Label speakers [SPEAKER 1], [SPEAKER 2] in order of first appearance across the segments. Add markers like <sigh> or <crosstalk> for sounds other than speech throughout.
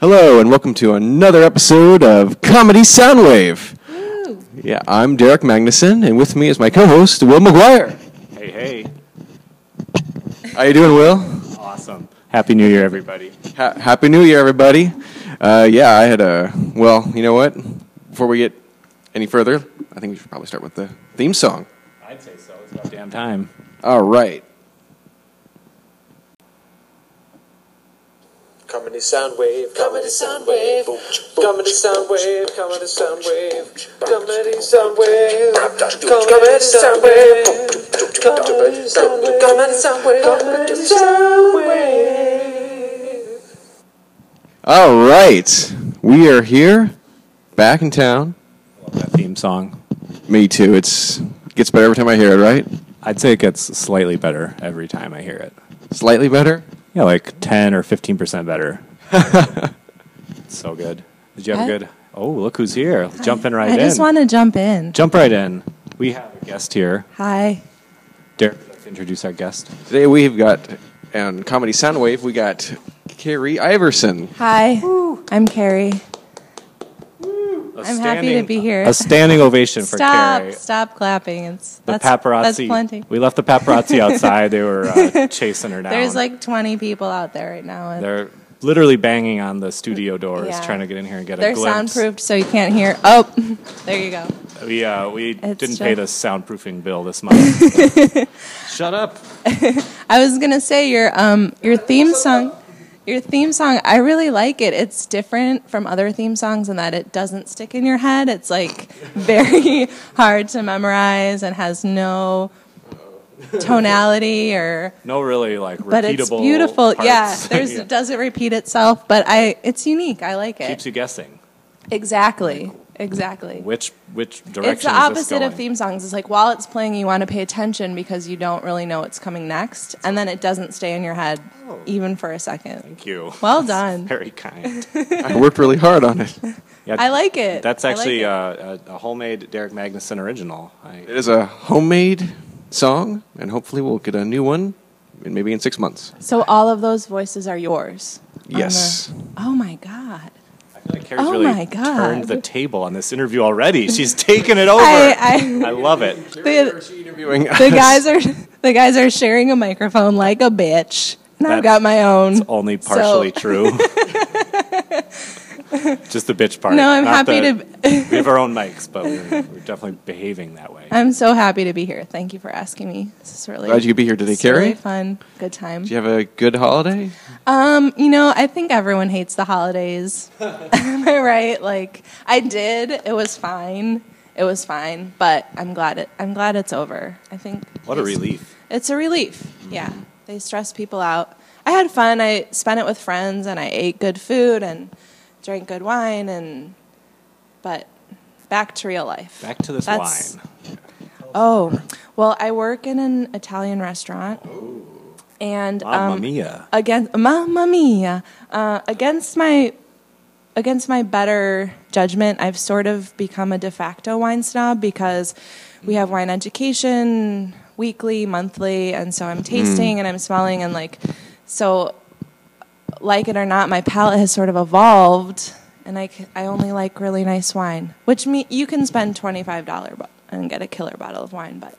[SPEAKER 1] Hello, and welcome to another episode of Comedy Soundwave. Yeah, I'm Derek Magnuson, and with me is my co-host Will McGuire.
[SPEAKER 2] Hey, hey.
[SPEAKER 1] How you doing, Will?
[SPEAKER 2] Awesome. Happy New Year, everybody.
[SPEAKER 1] Ha- Happy New Year, everybody. Uh, yeah, I had a well. You know what? Before we get any further, I think we should probably start with the theme song.
[SPEAKER 2] I'd say so. It's about damn time.
[SPEAKER 1] All right.
[SPEAKER 3] Coming to Soundwave, coming to Soundwave, coming to Soundwave, coming to Soundwave, comedy Soundwave, comedy Soundwave, comedy Soundwave, comedy Soundwave, comedy Soundwave.
[SPEAKER 1] All right. We are here, back in town.
[SPEAKER 2] Love that theme song.
[SPEAKER 1] Me too. It's gets better every time I hear it, right?
[SPEAKER 2] I'd say it gets slightly better every time I hear it.
[SPEAKER 1] Slightly better.
[SPEAKER 2] Yeah, like 10 or 15% <laughs> better. so good. Did you have
[SPEAKER 4] I-
[SPEAKER 2] a good? Oh, look who's here. Jumping right
[SPEAKER 4] I
[SPEAKER 2] in.
[SPEAKER 4] just want to jump in.
[SPEAKER 2] Jump right in. We have a guest here.
[SPEAKER 4] Hi.
[SPEAKER 2] Derek, would you like to introduce our guest.
[SPEAKER 1] Today we've got on Comedy Soundwave we got Carrie Iverson.
[SPEAKER 4] Hi. I'm Carrie.
[SPEAKER 2] A
[SPEAKER 4] I'm happy to be here.
[SPEAKER 2] A standing ovation for
[SPEAKER 4] Stop.
[SPEAKER 2] Carrie.
[SPEAKER 4] Stop clapping. It's
[SPEAKER 2] The
[SPEAKER 4] that's,
[SPEAKER 2] paparazzi.
[SPEAKER 4] That's plenty.
[SPEAKER 2] We left the
[SPEAKER 4] <laughs>
[SPEAKER 2] paparazzi outside. They were uh, chasing her down.
[SPEAKER 4] There's like 20 people out there right now. And
[SPEAKER 2] They're literally banging on the studio doors,
[SPEAKER 4] Yeah.
[SPEAKER 2] trying to get in here and get
[SPEAKER 4] they're
[SPEAKER 2] a glimpse.
[SPEAKER 4] soundproofed, so you can't hear. Oh, <laughs> there you go.
[SPEAKER 2] We uh, we
[SPEAKER 4] It's
[SPEAKER 2] didn't pay the
[SPEAKER 4] just-
[SPEAKER 2] soundproofing bill this
[SPEAKER 4] <laughs>
[SPEAKER 2] month. Shut up!
[SPEAKER 4] I was gonna say your um your theme song. Your theme song, I really like it. It's different from other theme songs in that it doesn't stick in your head. It's like very <laughs> hard to memorize and has no tonality or
[SPEAKER 2] No, really, like repeatable.
[SPEAKER 4] but it's beautiful.
[SPEAKER 2] Parts. <laughs>
[SPEAKER 4] Yeah, there's it doesn't repeat itself, but I it's unique. I like
[SPEAKER 2] keeps
[SPEAKER 4] it.
[SPEAKER 2] you guessing
[SPEAKER 4] exactly. Exactly.
[SPEAKER 2] which which direction.
[SPEAKER 4] It's the
[SPEAKER 2] is this
[SPEAKER 4] opposite of
[SPEAKER 2] going?
[SPEAKER 4] theme songs. It's like while it's playing, you want to pay attention because you don't really know what's coming next, and then it doesn't stay in your head even for a second.
[SPEAKER 2] Oh. Thank you.
[SPEAKER 4] <laughs> Well
[SPEAKER 2] That's
[SPEAKER 4] done.
[SPEAKER 2] Very
[SPEAKER 4] <laughs>
[SPEAKER 2] kind.
[SPEAKER 1] I worked really hard on it.
[SPEAKER 2] Yeah,
[SPEAKER 4] I like it.
[SPEAKER 2] That's
[SPEAKER 4] I like
[SPEAKER 2] actually
[SPEAKER 4] it.
[SPEAKER 2] uh, a, a homemade Derek Magnuson original. I,
[SPEAKER 1] It is a homemade song, and hopefully we'll get a new one, in maybe in six months.
[SPEAKER 4] So all of those voices are yours. on the-
[SPEAKER 1] Yes.
[SPEAKER 4] oh my God.
[SPEAKER 2] I feel like Carrie's
[SPEAKER 4] Oh
[SPEAKER 2] really
[SPEAKER 4] my God.
[SPEAKER 2] turned the table on this interview already. She's taken it over. <laughs>
[SPEAKER 4] <laughs> I,
[SPEAKER 2] I love it.
[SPEAKER 4] I the,
[SPEAKER 1] Interviewing
[SPEAKER 4] the guys are the guys are sharing a microphone like a bitch, and I've
[SPEAKER 2] That's-
[SPEAKER 4] got my own. <laughs>
[SPEAKER 2] It's only partially
[SPEAKER 4] So- <laughs>
[SPEAKER 2] true. Just the bitch part.
[SPEAKER 4] No, I'm
[SPEAKER 2] Not
[SPEAKER 4] happy
[SPEAKER 2] the-
[SPEAKER 4] to.
[SPEAKER 2] <laughs> we have our own mics, but we're, we're definitely behaving that way.
[SPEAKER 4] I'm so happy to be here. Thank you for asking me. This is really
[SPEAKER 1] Glad you could be here today,
[SPEAKER 4] it's really
[SPEAKER 1] Carrie.
[SPEAKER 4] fun, good time.
[SPEAKER 1] Did you have a good holiday?
[SPEAKER 4] Um, you know, I think everyone hates the holidays. <laughs> Am I right? Like I did. It was fine. It was fine, but I'm glad it. I'm glad it's over. I think
[SPEAKER 2] What a relief. Mm-hmm.
[SPEAKER 4] it's a relief. Yeah, they stress people out. I had fun. I spent it with friends, and I ate good food and drank good wine. And but back to real life.
[SPEAKER 2] Back to this
[SPEAKER 4] That's-
[SPEAKER 2] wine.
[SPEAKER 4] Oh, well, I work in an Italian restaurant. And
[SPEAKER 2] Oh. Mamma
[SPEAKER 4] um,
[SPEAKER 2] mia.
[SPEAKER 4] against Mamma Mia, uh, against my against my better judgment, I've sort of become a de facto wine snob because we have wine education weekly, monthly, and so I'm tasting and I'm smelling and like so like it or not, my palate has sort of evolved, and I, c- I only like really nice wine, which me you can spend twenty five dollar and get a killer bottle of wine, but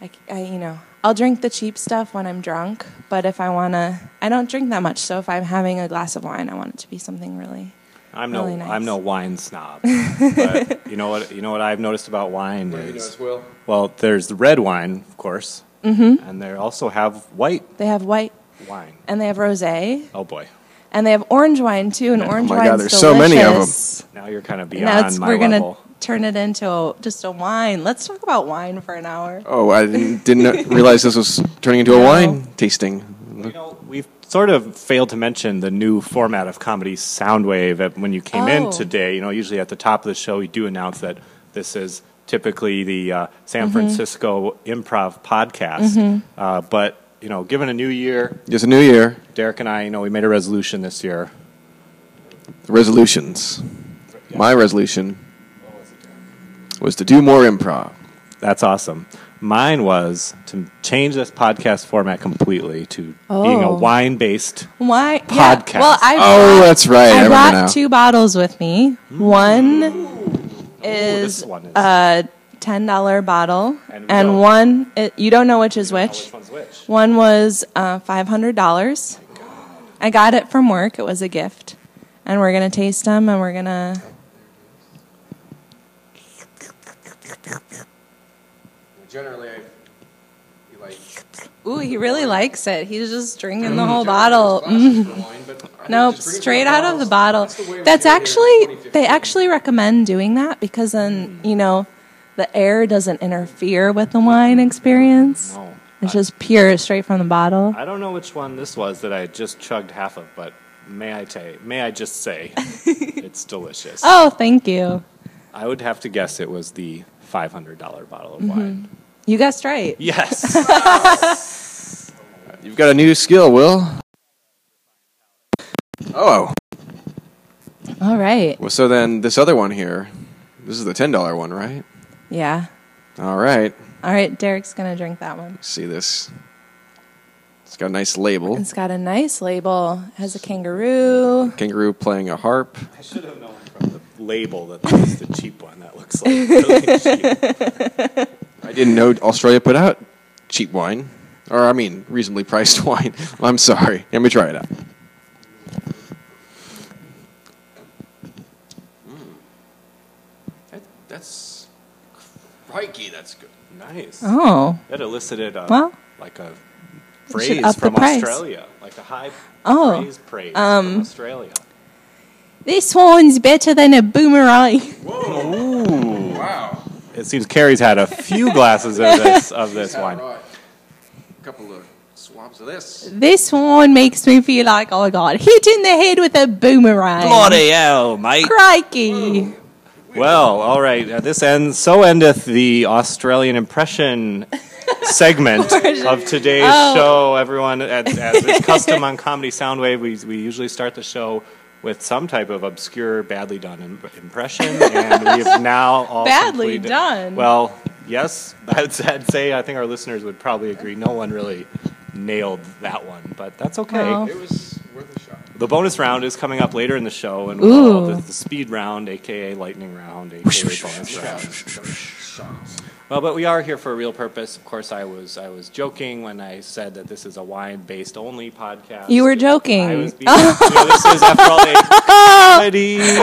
[SPEAKER 4] I, c- I- you know I'll drink the cheap stuff when I'm drunk, but if I wanna, I don't drink that much, so if I'm having a glass of wine, I want it to be something really.
[SPEAKER 2] I'm no
[SPEAKER 4] really nice.
[SPEAKER 2] I'm no wine
[SPEAKER 4] <laughs>
[SPEAKER 2] snob. but you know what you know what I've noticed about wine is
[SPEAKER 1] Will?
[SPEAKER 2] well, there's the red wine, of course. Mm-hmm. And they also have white
[SPEAKER 4] They have white
[SPEAKER 2] wine.
[SPEAKER 4] and they have rosé
[SPEAKER 2] Oh boy.
[SPEAKER 4] and they have orange wine too, and orange
[SPEAKER 1] Oh my
[SPEAKER 4] wine's
[SPEAKER 1] God, there's so many of 'em.
[SPEAKER 4] delicious.
[SPEAKER 2] Now you're kind of
[SPEAKER 4] Now
[SPEAKER 2] beyond
[SPEAKER 4] it's,
[SPEAKER 2] my
[SPEAKER 4] we're gonna
[SPEAKER 2] level.
[SPEAKER 4] turn it into a, just a wine. Let's talk about wine for an hour.
[SPEAKER 1] Oh, I didn't, didn't
[SPEAKER 4] <laughs>
[SPEAKER 1] know- realize this was turning into a
[SPEAKER 4] No.
[SPEAKER 1] wine tasting.
[SPEAKER 2] You know, we've sort of failed to mention the new format of comedy Soundwave uh, when you came in
[SPEAKER 4] Oh.
[SPEAKER 2] today. You know, usually at the top of the show, we do announce that this is typically the uh, San
[SPEAKER 4] Mm-hmm.
[SPEAKER 2] Francisco Improv Podcast. Uh, but you know, given a new year,
[SPEAKER 1] It's a new year.
[SPEAKER 2] Derek and I, you know, we made a resolution this year.
[SPEAKER 1] Resolutions. My resolution was to do more improv.
[SPEAKER 2] That's awesome. Mine was to change this podcast format completely to being a
[SPEAKER 4] Oh.
[SPEAKER 2] wine based.
[SPEAKER 4] Why?
[SPEAKER 2] Podcast.
[SPEAKER 4] Yeah. Well, I
[SPEAKER 1] Oh,
[SPEAKER 4] brought,
[SPEAKER 1] that's right. I
[SPEAKER 4] I
[SPEAKER 1] remember
[SPEAKER 4] brought
[SPEAKER 1] now.
[SPEAKER 4] two bottles with me. One
[SPEAKER 2] this
[SPEAKER 4] is
[SPEAKER 2] one is.
[SPEAKER 4] a ten dollar bottle,
[SPEAKER 2] And we
[SPEAKER 4] and,
[SPEAKER 2] don't-
[SPEAKER 4] one it, you don't know which is which.
[SPEAKER 2] Which one's which?
[SPEAKER 4] One was uh, five hundred dollars. I got it from work. It was a gift, and we're gonna taste them, and we're gonna.
[SPEAKER 1] Generally, I, you like
[SPEAKER 4] Ooh, he really likes it. He's just drinking the whole bottle. Mm. Nope, straight out of the bottle. That's actually they actually recommend doing that because then you know the air doesn't interfere with the wine experience.
[SPEAKER 2] No.
[SPEAKER 4] It's just pure, straight from the bottle.
[SPEAKER 2] I don't know which one this was that I just chugged half of, but may I ta may I just
[SPEAKER 4] <laughs>
[SPEAKER 2] say it's delicious.
[SPEAKER 4] Oh, thank you.
[SPEAKER 2] I would have to guess it was the five hundred dollar bottle of
[SPEAKER 4] Mm-hmm.
[SPEAKER 2] wine.
[SPEAKER 4] You guessed right. <laughs>
[SPEAKER 2] Yes.
[SPEAKER 1] You've got a new skill, Will. Oh,
[SPEAKER 4] All right.
[SPEAKER 1] well, so then this other one here, this is the ten dollar one, right?
[SPEAKER 4] Yeah.
[SPEAKER 1] All right,
[SPEAKER 4] All right. Derek's gonna drink that one.
[SPEAKER 1] see this. It's got a nice label.
[SPEAKER 4] It's got a nice label. It has a kangaroo.
[SPEAKER 1] Kangaroo playing a harp.
[SPEAKER 2] I should have known from the label that that was the cheap one. That looks like
[SPEAKER 4] <laughs>
[SPEAKER 2] really cheap.
[SPEAKER 1] I didn't know Australia put out cheap wine, or I mean, reasonably priced <laughs> wine. I'm sorry. Let me try it out. Hmm. that's crikey. That's good.
[SPEAKER 2] Nice.
[SPEAKER 4] Oh.
[SPEAKER 2] That elicited a,
[SPEAKER 4] Well,
[SPEAKER 2] like a
[SPEAKER 4] we should
[SPEAKER 2] phrase
[SPEAKER 4] up the
[SPEAKER 2] from
[SPEAKER 4] price.
[SPEAKER 2] Australia, like a high
[SPEAKER 4] Oh,
[SPEAKER 2] phrase praise from Australia.
[SPEAKER 4] This one's better than a boomerang. <laughs>
[SPEAKER 1] Wow.
[SPEAKER 2] It seems Carrie's had a few glasses of this of <laughs> this wine.
[SPEAKER 1] A couple of swabs of this.
[SPEAKER 4] This one makes me feel like I got hit in the head with a boomerang.
[SPEAKER 2] hell, mate!
[SPEAKER 4] Crikey.
[SPEAKER 2] Well, all right. Uh, this ends. So endeth the Australian
[SPEAKER 4] <laughs>
[SPEAKER 2] impression segment of today's
[SPEAKER 4] Oh.
[SPEAKER 2] show. Everyone, as, as
[SPEAKER 4] <laughs>
[SPEAKER 2] is custom on Comedy Soundwave, we we usually start the show with some type of obscure, badly done im- impression, and we have
[SPEAKER 4] <laughs>
[SPEAKER 2] now all
[SPEAKER 4] Badly
[SPEAKER 2] completed-
[SPEAKER 4] done.
[SPEAKER 2] Well, yes, <laughs> I'd, I'd say I think our listeners would probably agree. No one really nailed that one, but that's okay.
[SPEAKER 4] Well.
[SPEAKER 1] It was worth a shot.
[SPEAKER 2] The bonus round is coming up later in the show, and we'll
[SPEAKER 4] Ooh.
[SPEAKER 2] the, the speed round, aka lightning round, aka bonus round. Well, but we are here for a real purpose. Of course, I was I was joking when I said that this is a wine-based only podcast.
[SPEAKER 4] You were joking.
[SPEAKER 2] I was being, you know, this is after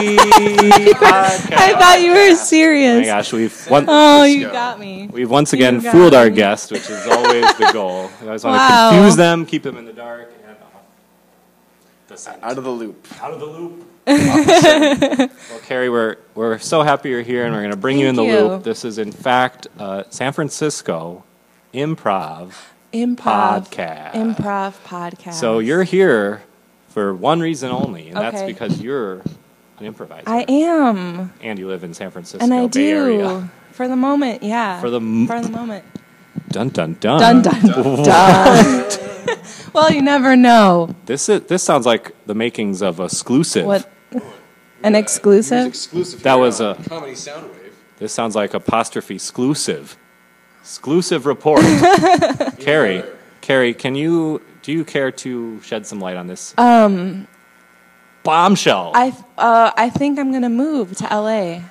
[SPEAKER 4] <laughs>
[SPEAKER 2] all a comedy podcast.
[SPEAKER 4] I thought you were
[SPEAKER 2] Oh my
[SPEAKER 4] serious.
[SPEAKER 2] gosh, we've one,
[SPEAKER 4] Oh, you
[SPEAKER 1] go.
[SPEAKER 4] got me.
[SPEAKER 2] We've once again
[SPEAKER 4] You got
[SPEAKER 2] fooled our
[SPEAKER 4] me.
[SPEAKER 2] guest, which is always the goal. We always want
[SPEAKER 4] Wow.
[SPEAKER 2] to confuse them, keep them in the dark, and uh, descent.
[SPEAKER 1] Out of the loop.
[SPEAKER 2] out of the loop. well, Carrie, we're, we're so happy you're here, and we're going to bring you in the
[SPEAKER 4] Thank you.
[SPEAKER 2] loop. This is, in fact, uh, San Francisco Improv.
[SPEAKER 4] Improv.
[SPEAKER 2] Podcast.
[SPEAKER 4] Improv podcast.
[SPEAKER 2] So you're here for one reason only, and that's
[SPEAKER 4] Okay.
[SPEAKER 2] because you're an improviser.
[SPEAKER 4] I am.
[SPEAKER 2] And you live in San Francisco
[SPEAKER 4] And I
[SPEAKER 2] Bay Area.
[SPEAKER 4] do. For the moment, yeah.
[SPEAKER 2] For the m-
[SPEAKER 4] For the moment.
[SPEAKER 2] Dun, dun, dun.
[SPEAKER 4] Dun, dun, dun. <laughs> well, you never know
[SPEAKER 2] This, is, this sounds like the makings of exclusive.
[SPEAKER 4] what an exclusive.
[SPEAKER 1] exclusive.
[SPEAKER 2] That
[SPEAKER 1] here
[SPEAKER 2] was
[SPEAKER 1] on
[SPEAKER 2] a-
[SPEAKER 1] comedy soundwave.
[SPEAKER 2] This sounds like apostrophe exclusive. Exclusive
[SPEAKER 4] <laughs>
[SPEAKER 2] report. Carrie, Carrie, can you do you care to shed some light on this? Um bombshell.
[SPEAKER 4] I uh, I think I'm gonna move to LA. I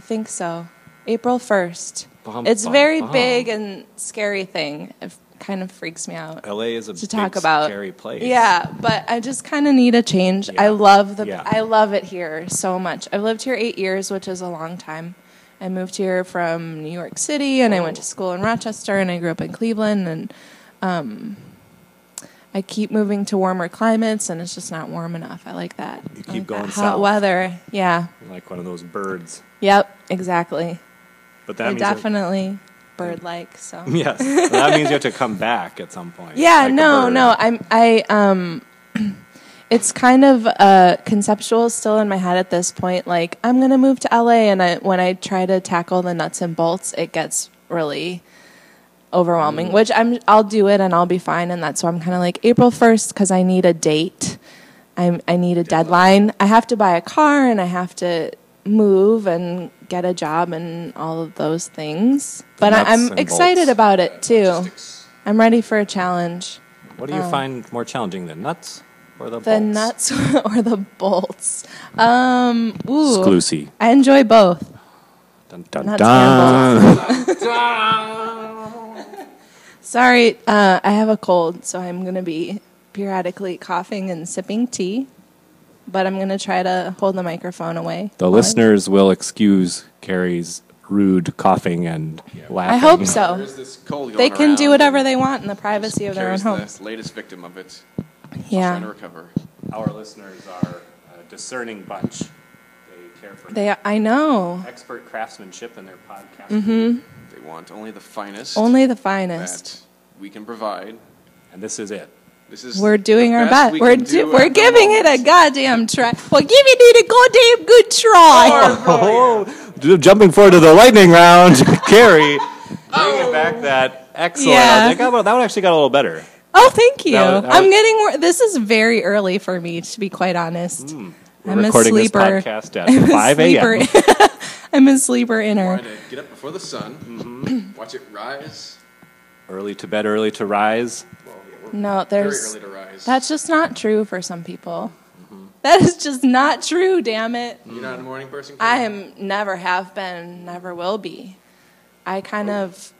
[SPEAKER 4] think so. April first.
[SPEAKER 2] Bum,
[SPEAKER 4] it's
[SPEAKER 2] bum,
[SPEAKER 4] very
[SPEAKER 2] bum.
[SPEAKER 4] big and scary thing. It kind of freaks me out
[SPEAKER 2] LA is a
[SPEAKER 4] to talk about.
[SPEAKER 2] scary place.
[SPEAKER 4] Yeah, but I just kind of need a change.
[SPEAKER 2] Yeah.
[SPEAKER 4] I love the
[SPEAKER 2] Yeah.
[SPEAKER 4] I love it here so much. I've lived here eight years, which is a long time. I moved here from New York City, and I went to school in Rochester, and I grew up in Cleveland, and um, I keep moving to warmer climates, and it's just not warm enough. I like that.
[SPEAKER 2] You
[SPEAKER 4] I
[SPEAKER 2] keep
[SPEAKER 4] like that
[SPEAKER 2] going
[SPEAKER 4] hot
[SPEAKER 2] south.
[SPEAKER 4] weather. Yeah.
[SPEAKER 2] Like one of those birds.
[SPEAKER 4] Yep. Exactly.
[SPEAKER 2] But that
[SPEAKER 4] I
[SPEAKER 2] means that-
[SPEAKER 4] definitely bird like. So.
[SPEAKER 2] <laughs> Yes. But that means you have to come back at some point.
[SPEAKER 4] Yeah,
[SPEAKER 2] like a
[SPEAKER 4] no,
[SPEAKER 2] bird.
[SPEAKER 4] no. I'm I um <clears throat> it's kind of uh conceptual still in my head at this point. Like I'm going to move to LA and I when I try to tackle the nuts and bolts, it gets really overwhelming,
[SPEAKER 1] Mm.
[SPEAKER 4] which I'm I'll do it and I'll be fine and that's why I'm kind of like April 1st cuz I need a date. I I need a deadline. I have to buy a car and I have to move and get a job and all of those things. But I,
[SPEAKER 1] Nuts
[SPEAKER 4] I'm
[SPEAKER 1] and
[SPEAKER 4] excited
[SPEAKER 1] bolts.
[SPEAKER 4] about it too. I'm ready for a challenge.
[SPEAKER 2] What do you find more challenging, the nuts or the
[SPEAKER 4] um, The
[SPEAKER 2] bolts?
[SPEAKER 4] nuts <laughs> or the bolts? Um, ooh,
[SPEAKER 2] Exclusive.
[SPEAKER 4] I enjoy both.
[SPEAKER 2] Dun, dun,
[SPEAKER 4] Nuts
[SPEAKER 2] dun.
[SPEAKER 4] and bolts.
[SPEAKER 2] <laughs>
[SPEAKER 4] <laughs> Sorry, uh, I have a cold, so I'm going to be periodically coughing and sipping tea. But I'm going to try to hold the microphone away.
[SPEAKER 2] The
[SPEAKER 4] while I-
[SPEAKER 2] listeners will excuse Carrie's rude coughing and laughing.
[SPEAKER 4] I hope so.
[SPEAKER 1] There's this cold
[SPEAKER 4] Oh. They
[SPEAKER 1] going
[SPEAKER 4] can do
[SPEAKER 1] around.
[SPEAKER 4] whatever they want in the privacy of their own
[SPEAKER 1] Carrie's the
[SPEAKER 4] home.
[SPEAKER 1] latest victim of it. Trying to
[SPEAKER 4] Yeah,
[SPEAKER 1] recover.
[SPEAKER 2] Our listeners are a discerning bunch. They care for
[SPEAKER 4] they. I know.
[SPEAKER 2] expert craftsmanship in their podcast.
[SPEAKER 4] Mm-hmm.
[SPEAKER 1] They want only the finest
[SPEAKER 4] Only the finest.
[SPEAKER 1] that we can provide.
[SPEAKER 2] And this is it.
[SPEAKER 1] This is
[SPEAKER 4] We're doing
[SPEAKER 1] the
[SPEAKER 4] our best.
[SPEAKER 1] we
[SPEAKER 4] We're
[SPEAKER 1] can
[SPEAKER 4] do,
[SPEAKER 1] do
[SPEAKER 4] we're
[SPEAKER 1] at the
[SPEAKER 4] giving it a
[SPEAKER 1] moment.
[SPEAKER 4] goddamn try. We're giving it a goddamn good try.
[SPEAKER 2] <laughs> Oh, Jumping forward to the lightning round, <laughs> Carrie bringing back that excellent.
[SPEAKER 4] Oh. Yeah.
[SPEAKER 2] That, got- that one actually got a little better.
[SPEAKER 4] <laughs> Oh, thank you.
[SPEAKER 2] That was- that
[SPEAKER 4] I'm
[SPEAKER 2] was-
[SPEAKER 4] getting. wor- This is very early for me, to be quite honest.
[SPEAKER 1] Hmm.
[SPEAKER 2] We're
[SPEAKER 4] I'm a
[SPEAKER 2] recording
[SPEAKER 4] sleeper.
[SPEAKER 2] this podcast at
[SPEAKER 4] I'm <laughs> a
[SPEAKER 2] 5 a.m.
[SPEAKER 4] sleeper. <laughs> I'm a sleeper inner.
[SPEAKER 1] Trying to get up before the sun,
[SPEAKER 4] Mm-hmm.
[SPEAKER 1] watch it rise.
[SPEAKER 2] Early to bed, early to rise.
[SPEAKER 1] Well, yeah, we're
[SPEAKER 4] No, there's.
[SPEAKER 1] very early to Mm-hmm. rise.
[SPEAKER 4] That's just not true for some people. That is just not true. Damn it.
[SPEAKER 1] You're not a morning person.
[SPEAKER 4] I am never have been, never will be. I kind of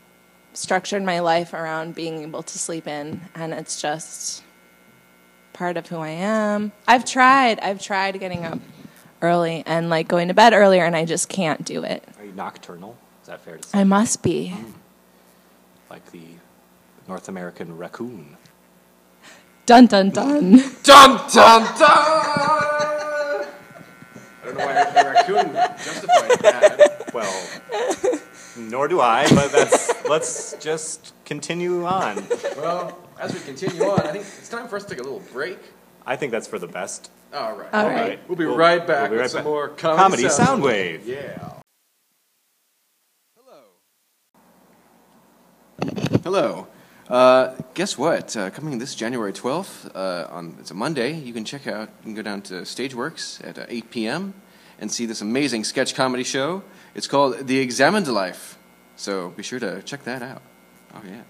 [SPEAKER 4] structured my life around being able to sleep in, and it's just part of who I am. I've tried, I've tried getting up early and like going to bed earlier, and I just can't do it.
[SPEAKER 2] Are you nocturnal? Is that fair to say?
[SPEAKER 4] I must be.
[SPEAKER 2] like the North American raccoon.
[SPEAKER 4] Dun dun dun.
[SPEAKER 1] Dun dun dun! I don't know why a raccoon justified that.
[SPEAKER 2] Well, nor do I, but that's, let's just continue on.
[SPEAKER 1] Well, as we continue on, I think it's time for us to take a little break.
[SPEAKER 2] I think that's for the best.
[SPEAKER 1] All right.
[SPEAKER 4] All
[SPEAKER 1] All
[SPEAKER 4] right.
[SPEAKER 1] We'll be right back
[SPEAKER 2] We'll be
[SPEAKER 1] with
[SPEAKER 2] right
[SPEAKER 1] some
[SPEAKER 2] back.
[SPEAKER 1] more comedy,
[SPEAKER 2] Comedy Soundwave.
[SPEAKER 1] Yeah. Hello. Hello. Uh, guess what? Uh, coming this January 12th, uh, on it's a Monday, you can check out, you can go down to Stageworks at uh, 8 p.m. and see this amazing sketch comedy show. It's called The Examined Life. So be sure to check that out. Oh, yeah.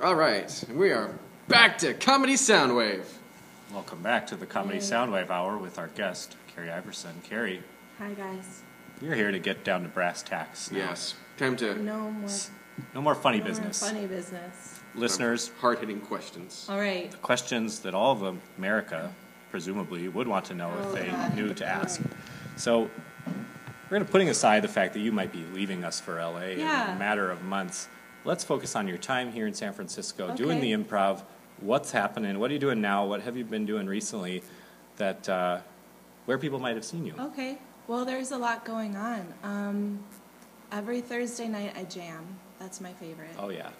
[SPEAKER 1] All right. We are back to Comedy Soundwave.
[SPEAKER 2] Welcome back to the Comedy Soundwave Hour with our guest, Carrie Iverson. Carrie,
[SPEAKER 4] Hi guys.
[SPEAKER 2] you're here to get down to brass tacks. now.
[SPEAKER 1] Yes. Time to
[SPEAKER 4] No more,
[SPEAKER 2] No more funny business.
[SPEAKER 4] business.
[SPEAKER 2] Listeners,
[SPEAKER 1] hard hitting questions.
[SPEAKER 4] All right.
[SPEAKER 2] questions that all of America presumably would want to know if they knew to ask. So we're going to putting aside the fact that you might be leaving us for LA in
[SPEAKER 4] Yeah.
[SPEAKER 2] a matter of months. Let's focus on your time here in San Francisco, doing the
[SPEAKER 4] Okay.
[SPEAKER 2] improv. What's happening? What are you doing now? What have you been doing recently? That uh, where people might have seen you.
[SPEAKER 4] Okay. Well, there's a lot going on. Um, every Thursday night I jam. That's my favorite.
[SPEAKER 2] Oh yeah,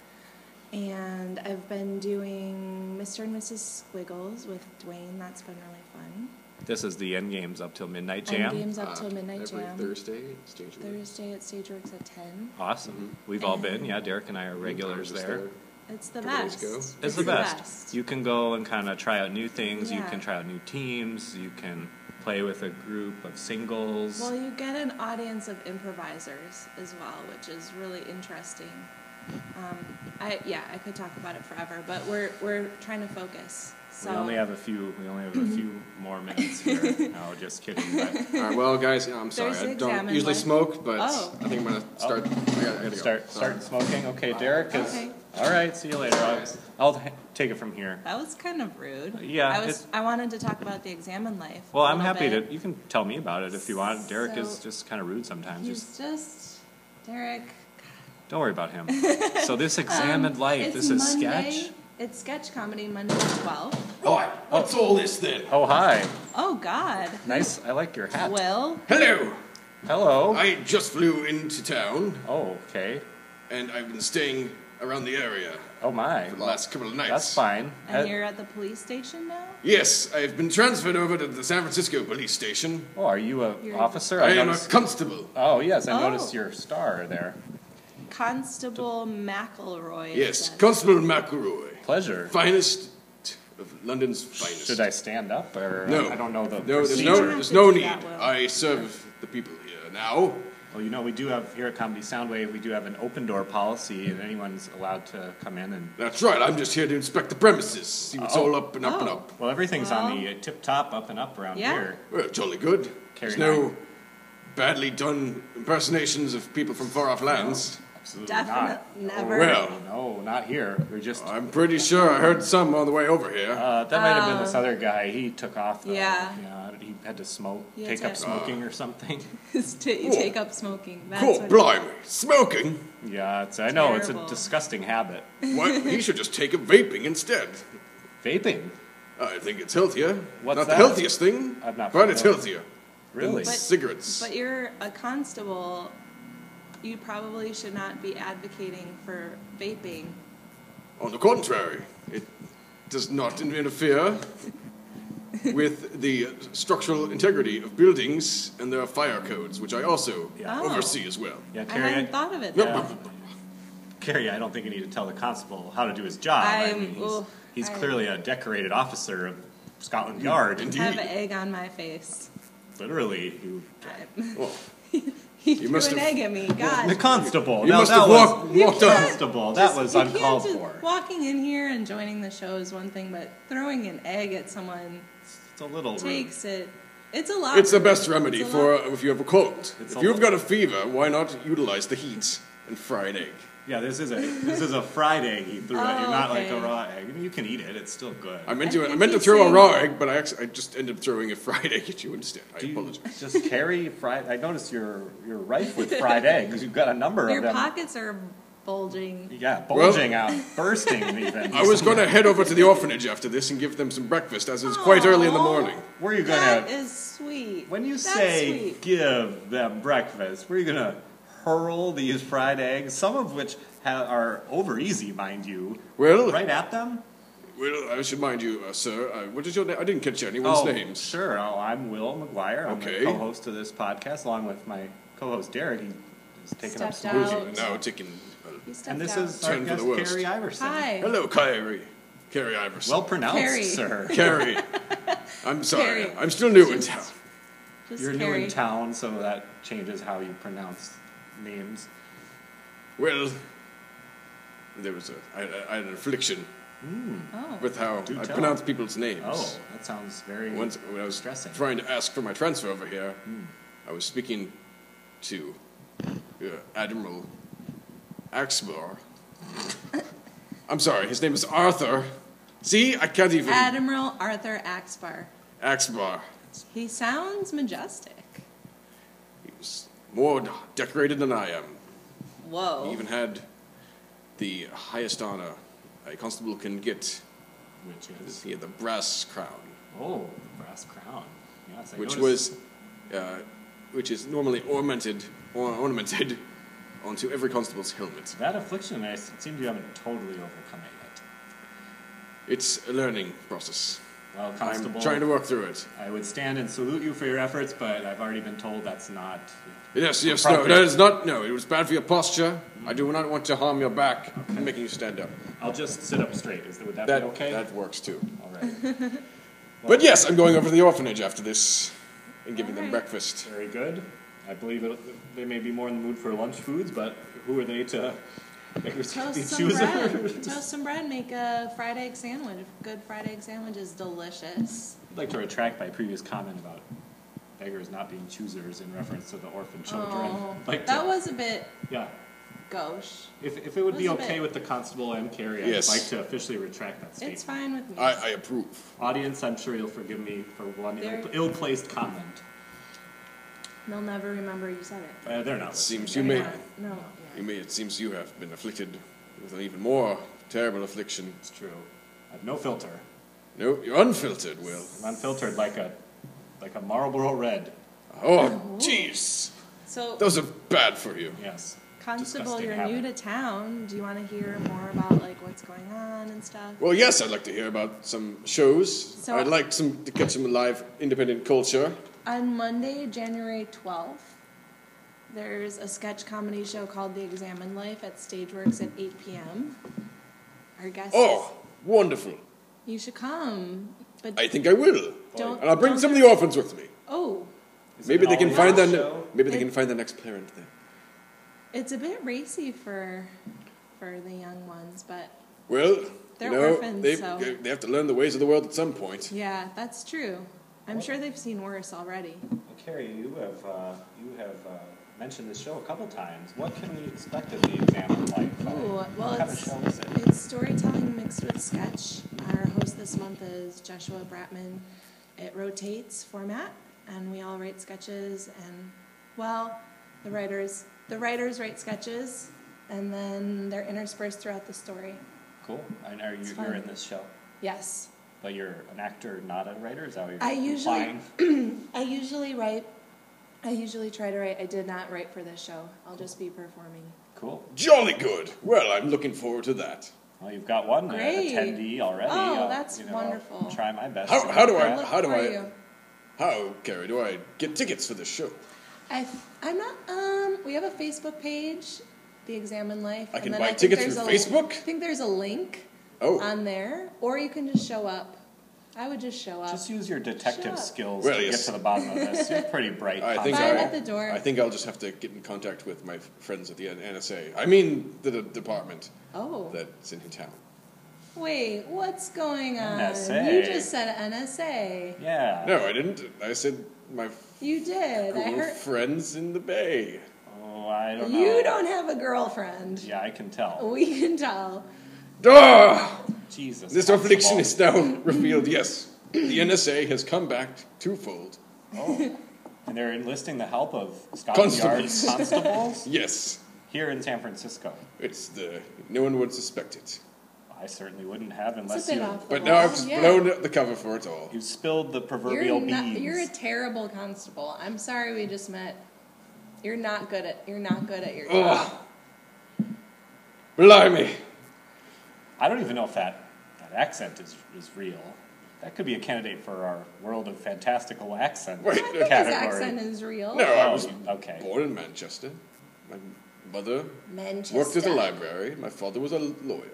[SPEAKER 4] And I've been doing Mr. and Mrs. Squiggles with Dwayne. That's been really fun.
[SPEAKER 2] this is the End Games up till midnight
[SPEAKER 4] And
[SPEAKER 2] jam.
[SPEAKER 4] games up till midnight
[SPEAKER 1] Uh, every
[SPEAKER 4] jam.
[SPEAKER 1] Thursday, Stage
[SPEAKER 4] Thursday at Stageworks at 10.
[SPEAKER 2] Awesome.
[SPEAKER 4] Mm-hmm.
[SPEAKER 2] We've all been. Yeah, Derek and I are regulars there.
[SPEAKER 4] It's the
[SPEAKER 1] Couple days
[SPEAKER 4] best.
[SPEAKER 1] ago.
[SPEAKER 2] It's the best. You can go and kind of try out new things. You
[SPEAKER 4] Yeah.
[SPEAKER 2] can try out new teams. You can play with a group of singles.
[SPEAKER 4] Well, you get an audience of improvisers as well, which is really interesting. Um, I yeah, I could talk about it forever, but we're we're trying to focus. So
[SPEAKER 2] we only have a few. We only have a
[SPEAKER 4] <laughs>
[SPEAKER 2] few more minutes here. no, just kidding. But
[SPEAKER 1] All right, well, guys, I'm sorry.
[SPEAKER 4] There's the
[SPEAKER 1] I don't
[SPEAKER 4] examine
[SPEAKER 1] usually
[SPEAKER 4] one.
[SPEAKER 1] smoke, but
[SPEAKER 4] Oh.
[SPEAKER 1] I think I'm going to start. I gotta, I gotta go.
[SPEAKER 2] start
[SPEAKER 1] Sorry.
[SPEAKER 2] start smoking. Okay, Derek is.
[SPEAKER 4] Okay.
[SPEAKER 2] All right. See you later. I'll, I'll h- take it from here.
[SPEAKER 4] that was kind of rude.
[SPEAKER 2] Yeah,
[SPEAKER 4] I was
[SPEAKER 2] it's-
[SPEAKER 4] I wanted to talk about the exam in life.
[SPEAKER 2] Well,
[SPEAKER 4] a
[SPEAKER 2] I'm
[SPEAKER 4] little
[SPEAKER 2] happy
[SPEAKER 4] bit.
[SPEAKER 2] to. You can tell me about it if you want. Derek is
[SPEAKER 4] So-
[SPEAKER 2] just kind of rude sometimes. Just
[SPEAKER 4] He's just Derek.
[SPEAKER 2] don't worry about
[SPEAKER 4] <laughs>
[SPEAKER 2] him. so this examined life.
[SPEAKER 4] Um, It's
[SPEAKER 2] This is
[SPEAKER 4] Monday.
[SPEAKER 2] sketch.
[SPEAKER 4] It's sketch comedy Monday at twelve.
[SPEAKER 1] All right, what's all this then?
[SPEAKER 2] Oh hi.
[SPEAKER 4] Oh God.
[SPEAKER 2] Nice. I like your hat.
[SPEAKER 4] Will.
[SPEAKER 1] Hello!
[SPEAKER 2] Hello.
[SPEAKER 1] I just flew into town,
[SPEAKER 2] oh okay.
[SPEAKER 1] and I've been staying around the area
[SPEAKER 2] Oh my.
[SPEAKER 1] for the last couple of nights.
[SPEAKER 2] That's fine.
[SPEAKER 4] And
[SPEAKER 2] Uh,
[SPEAKER 4] you're at the police station now.
[SPEAKER 1] Yes, I've been transferred over to the San Francisco police station.
[SPEAKER 2] oh, are you a
[SPEAKER 4] You're-
[SPEAKER 2] officer?
[SPEAKER 1] I am a
[SPEAKER 2] noticed-
[SPEAKER 1] constable.
[SPEAKER 2] oh yes, I
[SPEAKER 4] Oh.
[SPEAKER 2] noticed your star there.
[SPEAKER 4] Constable McElroy. it
[SPEAKER 1] Yes,
[SPEAKER 4] <laughs> says.
[SPEAKER 1] Constable McElroy.
[SPEAKER 2] Pleasure.
[SPEAKER 1] Finest of London's finest.
[SPEAKER 2] Should I stand up or uh,
[SPEAKER 1] No.
[SPEAKER 2] I don't know the
[SPEAKER 1] No, there's
[SPEAKER 2] procedure.
[SPEAKER 1] no,
[SPEAKER 4] You don't
[SPEAKER 1] there's
[SPEAKER 4] have to
[SPEAKER 1] no
[SPEAKER 4] do
[SPEAKER 1] need.
[SPEAKER 4] that, Will.
[SPEAKER 1] I serve the people here, and
[SPEAKER 5] No.
[SPEAKER 2] Well, you know, we do have here at Comedy Soundwave, we do have an open door policy, and anyone's allowed to come in and.
[SPEAKER 5] That's right. I'm just here to inspect the premises, see what's all up and up and
[SPEAKER 1] Oh.
[SPEAKER 5] up.
[SPEAKER 2] Well, everything's on the uh, tip top, up and up around
[SPEAKER 1] Yeah.
[SPEAKER 2] here.
[SPEAKER 5] Well, jolly good. There's
[SPEAKER 2] Carry
[SPEAKER 5] no
[SPEAKER 2] on.
[SPEAKER 5] badly done impersonations of people from far off lands.
[SPEAKER 2] Absolutely not. Oh,
[SPEAKER 4] Definitely never.
[SPEAKER 5] Well,
[SPEAKER 2] No, not here. We're just.
[SPEAKER 5] I'm pretty sure I heard some on the way over here.
[SPEAKER 2] Uh, that might have been this other guy. He took off. Though.
[SPEAKER 4] Oh. Yeah.
[SPEAKER 2] Yeah. He had to smoke,
[SPEAKER 4] Yeah,
[SPEAKER 2] take up
[SPEAKER 4] that's
[SPEAKER 2] smoking
[SPEAKER 1] Uh.
[SPEAKER 2] or something. <laughs>
[SPEAKER 4] Is ta- you take up smoking. That's
[SPEAKER 5] Poor
[SPEAKER 4] what-
[SPEAKER 5] blimey, smoking.
[SPEAKER 2] <laughs> Yeah, it's, I know it's a
[SPEAKER 4] Terrible.
[SPEAKER 2] disgusting habit.
[SPEAKER 5] Why he should just take up vaping instead.
[SPEAKER 2] Vaping,
[SPEAKER 5] I think it's healthier.
[SPEAKER 2] What's
[SPEAKER 5] not
[SPEAKER 2] that?
[SPEAKER 5] the healthiest thing,
[SPEAKER 2] I've not
[SPEAKER 5] but it's
[SPEAKER 2] found out.
[SPEAKER 5] healthier
[SPEAKER 2] really?
[SPEAKER 5] than cigarettes.
[SPEAKER 4] But you're a constable. You probably should not be advocating for vaping.
[SPEAKER 5] On the contrary, it does
[SPEAKER 4] <laughs>
[SPEAKER 5] not interfere with the structural integrity of buildings and their fire codes, which I also
[SPEAKER 2] Yeah.
[SPEAKER 4] Oh.
[SPEAKER 5] oversee as well.
[SPEAKER 2] yeah,
[SPEAKER 4] I
[SPEAKER 2] Carrie.
[SPEAKER 4] hadn't
[SPEAKER 2] I,
[SPEAKER 4] thought of it.
[SPEAKER 5] No,
[SPEAKER 4] Though.
[SPEAKER 2] Carrie, I don't think you need to tell the constable how to do his job. I
[SPEAKER 4] I'm-
[SPEAKER 2] mean, he's,
[SPEAKER 4] ooh,
[SPEAKER 2] he's
[SPEAKER 4] I-
[SPEAKER 2] clearly a decorated officer of Scotland Yard.
[SPEAKER 5] Indeed.
[SPEAKER 4] I have an egg on my face.
[SPEAKER 2] Literally, who-
[SPEAKER 4] <laughs> He
[SPEAKER 5] You
[SPEAKER 4] threw
[SPEAKER 5] must
[SPEAKER 4] an
[SPEAKER 5] have-
[SPEAKER 4] egg at me. God.
[SPEAKER 2] the
[SPEAKER 4] <laughs>
[SPEAKER 2] constable.
[SPEAKER 5] You
[SPEAKER 2] No,
[SPEAKER 5] must
[SPEAKER 2] that
[SPEAKER 5] have
[SPEAKER 2] was-
[SPEAKER 5] walked, walked up.
[SPEAKER 2] constable. That was
[SPEAKER 4] you can't
[SPEAKER 2] uncalled
[SPEAKER 4] just-
[SPEAKER 2] for.
[SPEAKER 4] Walking in here and joining the show is one thing, but throwing an egg at someone
[SPEAKER 2] It's a little rude.
[SPEAKER 4] takes it. It's a lot.
[SPEAKER 5] It's the best remedy
[SPEAKER 4] It's a
[SPEAKER 5] for uh,
[SPEAKER 4] lot.
[SPEAKER 5] if you have a cold.
[SPEAKER 2] It's
[SPEAKER 5] if
[SPEAKER 2] a
[SPEAKER 5] you've
[SPEAKER 2] lot.
[SPEAKER 5] got a fever, why not utilize the heat and fry an egg?
[SPEAKER 2] Yeah, this is a this is a fried egg he threw at you,
[SPEAKER 4] Oh,
[SPEAKER 2] not like a
[SPEAKER 4] okay.
[SPEAKER 2] raw egg. I mean, you can eat it; it's still good.
[SPEAKER 5] I meant
[SPEAKER 4] I
[SPEAKER 5] to, I
[SPEAKER 4] think
[SPEAKER 5] meant to
[SPEAKER 4] he's
[SPEAKER 5] throw a
[SPEAKER 4] saying-
[SPEAKER 5] raw egg, but I, actually, I just ended up throwing a fried <laughs> egg at you instead. I
[SPEAKER 2] Do you
[SPEAKER 5] apologize.
[SPEAKER 2] just carry fried. I noticed you're you're rife
[SPEAKER 4] <laughs>
[SPEAKER 2] with fried eggs. You've got a number
[SPEAKER 4] Your
[SPEAKER 2] of them.
[SPEAKER 4] pockets are bulging.
[SPEAKER 2] Yeah, bulging out, <laughs> bursting even.
[SPEAKER 5] I was going to head over to the orphanage after this and give them some breakfast, as it's quite early in the
[SPEAKER 4] Aw.
[SPEAKER 5] morning.
[SPEAKER 2] Were you
[SPEAKER 4] That
[SPEAKER 2] gonna?
[SPEAKER 4] is sweet.
[SPEAKER 2] When you
[SPEAKER 4] That's
[SPEAKER 2] say
[SPEAKER 4] sweet.
[SPEAKER 2] give them breakfast, were you gonna hurl these fried eggs, some of which ha- are over easy, mind you,
[SPEAKER 5] Well,
[SPEAKER 2] right at them?
[SPEAKER 5] Well, I should mind you, uh, sir. Uh, what is your name? I didn't catch anyone's names.
[SPEAKER 2] sure. Oh, I'm Will McGuire. I'm
[SPEAKER 5] Okay.
[SPEAKER 2] the co-host of this podcast, along with my co-host Derek. He is taking up
[SPEAKER 4] Stepped
[SPEAKER 2] some.
[SPEAKER 4] out.
[SPEAKER 5] Who's
[SPEAKER 4] Ouch.
[SPEAKER 5] now taking? Uh,
[SPEAKER 4] You stepped
[SPEAKER 2] And this
[SPEAKER 4] out.
[SPEAKER 2] is our
[SPEAKER 5] Turn for
[SPEAKER 2] guest
[SPEAKER 5] the worst.
[SPEAKER 2] Carrie Iverson.
[SPEAKER 4] Hi.
[SPEAKER 5] hello, Carrie. Carrie Iverson.
[SPEAKER 2] Well pronounced,
[SPEAKER 4] Carrie.
[SPEAKER 2] sir.
[SPEAKER 4] <laughs>
[SPEAKER 5] Carrie. I'm sorry.
[SPEAKER 4] Carrie.
[SPEAKER 5] I'm still new in town.
[SPEAKER 4] Just
[SPEAKER 2] You're new
[SPEAKER 4] Carrie.
[SPEAKER 2] in town, so that changes how you pronounce names.
[SPEAKER 5] Well, there was a I, I- I had an affliction
[SPEAKER 4] Oh.
[SPEAKER 5] with how
[SPEAKER 2] Do
[SPEAKER 5] I
[SPEAKER 2] tell.
[SPEAKER 5] pronounce people's names.
[SPEAKER 2] Oh, that sounds very.
[SPEAKER 5] Once when I was
[SPEAKER 2] Stressing. Hmm.
[SPEAKER 5] trying to ask for my transfer over here, I was speaking to uh, Admiral Axmore. I'm sorry, his name is Arthur. See, I can't even.
[SPEAKER 4] Admiral Arthur Axbar.
[SPEAKER 5] Axbar.
[SPEAKER 4] He sounds majestic.
[SPEAKER 5] He was more d- decorated than I am.
[SPEAKER 4] Whoa.
[SPEAKER 2] Oh.
[SPEAKER 5] He even had the highest honor a constable can get.
[SPEAKER 2] Which is
[SPEAKER 5] He had the brass crown,
[SPEAKER 2] oh, the brass crown. Yes, I
[SPEAKER 5] which
[SPEAKER 2] noticed-
[SPEAKER 5] was, uh, which is normally ornamented, or ornamented, <laughs> onto every constable's helmet.
[SPEAKER 2] that affliction. I s- seem you haven't totally overcome it yet.
[SPEAKER 5] It's a learning process.
[SPEAKER 2] Well, constable,
[SPEAKER 5] I'm trying to work through it.
[SPEAKER 2] I would stand and salute you for your efforts, but I've already been told that's not.
[SPEAKER 5] Yes, yes, no,
[SPEAKER 2] Appropriate.
[SPEAKER 5] that is not. No, it was bad for your posture. I do not want to harm your back. I'm making you stand up.
[SPEAKER 2] I'll just sit up straight. Is would that,
[SPEAKER 5] That
[SPEAKER 2] be okay?
[SPEAKER 5] that works too.
[SPEAKER 2] All right.
[SPEAKER 5] But yes, I'm going over to the orphanage after this and giving them
[SPEAKER 4] Alright.
[SPEAKER 5] breakfast.
[SPEAKER 2] Very good. I believe it, they may be more in the mood for lunch foods, but who are they to make their
[SPEAKER 4] Toast
[SPEAKER 2] choosers? <laughs>
[SPEAKER 4] some
[SPEAKER 5] <laughs>
[SPEAKER 4] bread. Toast some bread. Make a fried egg sandwich. Good fried egg sandwich is delicious.
[SPEAKER 2] I'd like to retract my previous comment about beggars not being choosers in reference to the orphan children.
[SPEAKER 4] Oh,
[SPEAKER 2] Like to-
[SPEAKER 4] that was a bit
[SPEAKER 2] yeah.
[SPEAKER 4] gauche.
[SPEAKER 2] If, if it would be
[SPEAKER 4] Elizabeth.
[SPEAKER 2] okay with the constable and Carrie,
[SPEAKER 5] Yes.
[SPEAKER 2] I'd like to officially retract that statement.
[SPEAKER 4] It's fine with me.
[SPEAKER 5] I, I approve.
[SPEAKER 2] Audience, I'm sure you'll forgive me for one
[SPEAKER 4] There-
[SPEAKER 2] ill, ill-placed comment.
[SPEAKER 4] They'll never remember you said it.
[SPEAKER 2] Uh, they're not.
[SPEAKER 5] It
[SPEAKER 2] listening.
[SPEAKER 5] seems you may,
[SPEAKER 4] No.
[SPEAKER 5] you may. It seems you have been afflicted with an even more terrible affliction.
[SPEAKER 2] It's true. I have no filter.
[SPEAKER 5] No, you're unfiltered, Will.
[SPEAKER 2] I'm unfiltered like a like a Marlboro Red.
[SPEAKER 5] Oh, jeez,
[SPEAKER 4] So,
[SPEAKER 5] those are bad for you.
[SPEAKER 2] Yes.
[SPEAKER 4] Constable,
[SPEAKER 2] disgusting
[SPEAKER 4] you're
[SPEAKER 2] habit.
[SPEAKER 4] new to town. Do you want to hear more about like what's going on and stuff?
[SPEAKER 5] Well, yes, I'd like to hear about some shows.
[SPEAKER 4] So-
[SPEAKER 5] I'd like some to catch some live independent culture.
[SPEAKER 4] On Monday, January 12th, there's a sketch comedy show called The Examined Life at Stageworks at 8 p.m. Our guest
[SPEAKER 5] Oh, wonderful!
[SPEAKER 4] is, you should come. But
[SPEAKER 5] I think I will,
[SPEAKER 4] Don't-
[SPEAKER 5] and I'll bring
[SPEAKER 4] don't
[SPEAKER 5] some of the orphans with me.
[SPEAKER 4] oh,
[SPEAKER 2] Is it
[SPEAKER 5] Maybe
[SPEAKER 2] an
[SPEAKER 5] they can
[SPEAKER 2] all-ages
[SPEAKER 5] find their
[SPEAKER 2] show?
[SPEAKER 6] Maybe they can find the next parent there.
[SPEAKER 4] It's a bit racy for for the young ones, but
[SPEAKER 5] Well,
[SPEAKER 4] They're
[SPEAKER 5] you know,
[SPEAKER 4] orphans,
[SPEAKER 5] they,
[SPEAKER 4] so-
[SPEAKER 5] they have to learn the ways of the world at some point.
[SPEAKER 4] yeah, that's true. I'm sure they've seen worse already.
[SPEAKER 2] Carrie, you have uh, you have uh, mentioned this show a couple times. What can we expect of the examined life?
[SPEAKER 4] Ooh, well,
[SPEAKER 2] what kind of
[SPEAKER 4] it's,
[SPEAKER 2] show is it?
[SPEAKER 4] it's storytelling mixed with sketch. Our host this month is Joshua Bratman. It rotates format, and we all write sketches. And well, the writers the writers write sketches, and then they're interspersed throughout the story.
[SPEAKER 2] Cool. And are you
[SPEAKER 4] It's
[SPEAKER 2] you're
[SPEAKER 4] fun.
[SPEAKER 2] in this show?
[SPEAKER 4] Yes,
[SPEAKER 2] But you're an actor, not a writer. Is that what you're
[SPEAKER 4] I usually
[SPEAKER 2] implying?
[SPEAKER 4] I usually write. I usually try to write. I did not write for this show. I'll just be performing.
[SPEAKER 2] Cool.
[SPEAKER 5] Jolly good. Well, I'm looking forward to that.
[SPEAKER 2] Well, you've got one uh,
[SPEAKER 4] Great.
[SPEAKER 2] attendee already.
[SPEAKER 4] Oh,
[SPEAKER 2] uh,
[SPEAKER 4] that's
[SPEAKER 2] you know,
[SPEAKER 4] wonderful.
[SPEAKER 2] I'll try my best.
[SPEAKER 5] How-
[SPEAKER 2] to
[SPEAKER 5] how
[SPEAKER 2] make
[SPEAKER 5] do I-
[SPEAKER 2] that.
[SPEAKER 4] Look
[SPEAKER 5] how do
[SPEAKER 4] for
[SPEAKER 5] I-
[SPEAKER 4] you.
[SPEAKER 5] How, Carrie, do I get tickets for this show?
[SPEAKER 4] I, am not. Um, we have a Facebook page, The Examine Life.
[SPEAKER 5] I
[SPEAKER 4] and
[SPEAKER 5] can
[SPEAKER 4] then
[SPEAKER 5] buy
[SPEAKER 4] I think
[SPEAKER 5] tickets
[SPEAKER 4] there's
[SPEAKER 5] through
[SPEAKER 4] a-
[SPEAKER 5] Facebook?
[SPEAKER 4] I think there's a link
[SPEAKER 5] Oh.
[SPEAKER 4] on there, or you can just show up. I would just show up.
[SPEAKER 2] Just use your detective
[SPEAKER 4] Shut up.
[SPEAKER 2] skills
[SPEAKER 5] Well,
[SPEAKER 2] to
[SPEAKER 5] yes.
[SPEAKER 2] get to the bottom of this. You're pretty bright.
[SPEAKER 5] <laughs> I think
[SPEAKER 4] Fine
[SPEAKER 5] I,
[SPEAKER 4] at the door.
[SPEAKER 5] I think I'll just have to get in contact with my friends at the NSA. I mean, the, the department
[SPEAKER 4] oh,
[SPEAKER 5] that's in town.
[SPEAKER 4] wait, what's going on?
[SPEAKER 2] NSA.
[SPEAKER 4] You just said NSA.
[SPEAKER 2] Yeah.
[SPEAKER 5] No, I didn't. I said my
[SPEAKER 4] You did. I
[SPEAKER 5] cool
[SPEAKER 4] heard.
[SPEAKER 5] friends in the Bay.
[SPEAKER 2] Oh, I don't know.
[SPEAKER 4] You don't Oh. have a girlfriend.
[SPEAKER 2] Yeah, I can tell.
[SPEAKER 4] We can tell.
[SPEAKER 5] Ah!
[SPEAKER 2] Jesus.
[SPEAKER 5] This
[SPEAKER 2] Constable.
[SPEAKER 5] affliction is now <laughs> revealed. Yes, the NSA has come back twofold.
[SPEAKER 2] And they're enlisting the help of Scotland Yard
[SPEAKER 5] Constables. <laughs>
[SPEAKER 2] constables
[SPEAKER 5] Yes,
[SPEAKER 2] here in San Francisco.
[SPEAKER 5] it's the no one would suspect it.
[SPEAKER 2] I certainly wouldn't have
[SPEAKER 4] It's
[SPEAKER 2] unless
[SPEAKER 4] a bit
[SPEAKER 2] you
[SPEAKER 4] off the
[SPEAKER 5] But
[SPEAKER 4] wall.
[SPEAKER 5] now I've just
[SPEAKER 4] Oh, Yeah.
[SPEAKER 5] blown the cover for it all.
[SPEAKER 2] you spilled the proverbial
[SPEAKER 4] You're, not,
[SPEAKER 2] beans.
[SPEAKER 4] you're a terrible constable. I'm sorry we just met. You're not good at. You're not good at your job.
[SPEAKER 5] Ugh. Blimey!
[SPEAKER 2] I don't even know if that, that accent is, is real. That could be a candidate for our world of fantastical accents
[SPEAKER 5] Wait,
[SPEAKER 4] I
[SPEAKER 5] no.
[SPEAKER 4] think his
[SPEAKER 2] category.
[SPEAKER 4] accent is real.
[SPEAKER 5] No, I was
[SPEAKER 2] Oh, okay.
[SPEAKER 5] born in Manchester. My mother
[SPEAKER 4] Manchester.
[SPEAKER 5] worked at the library. My father was a lawyer.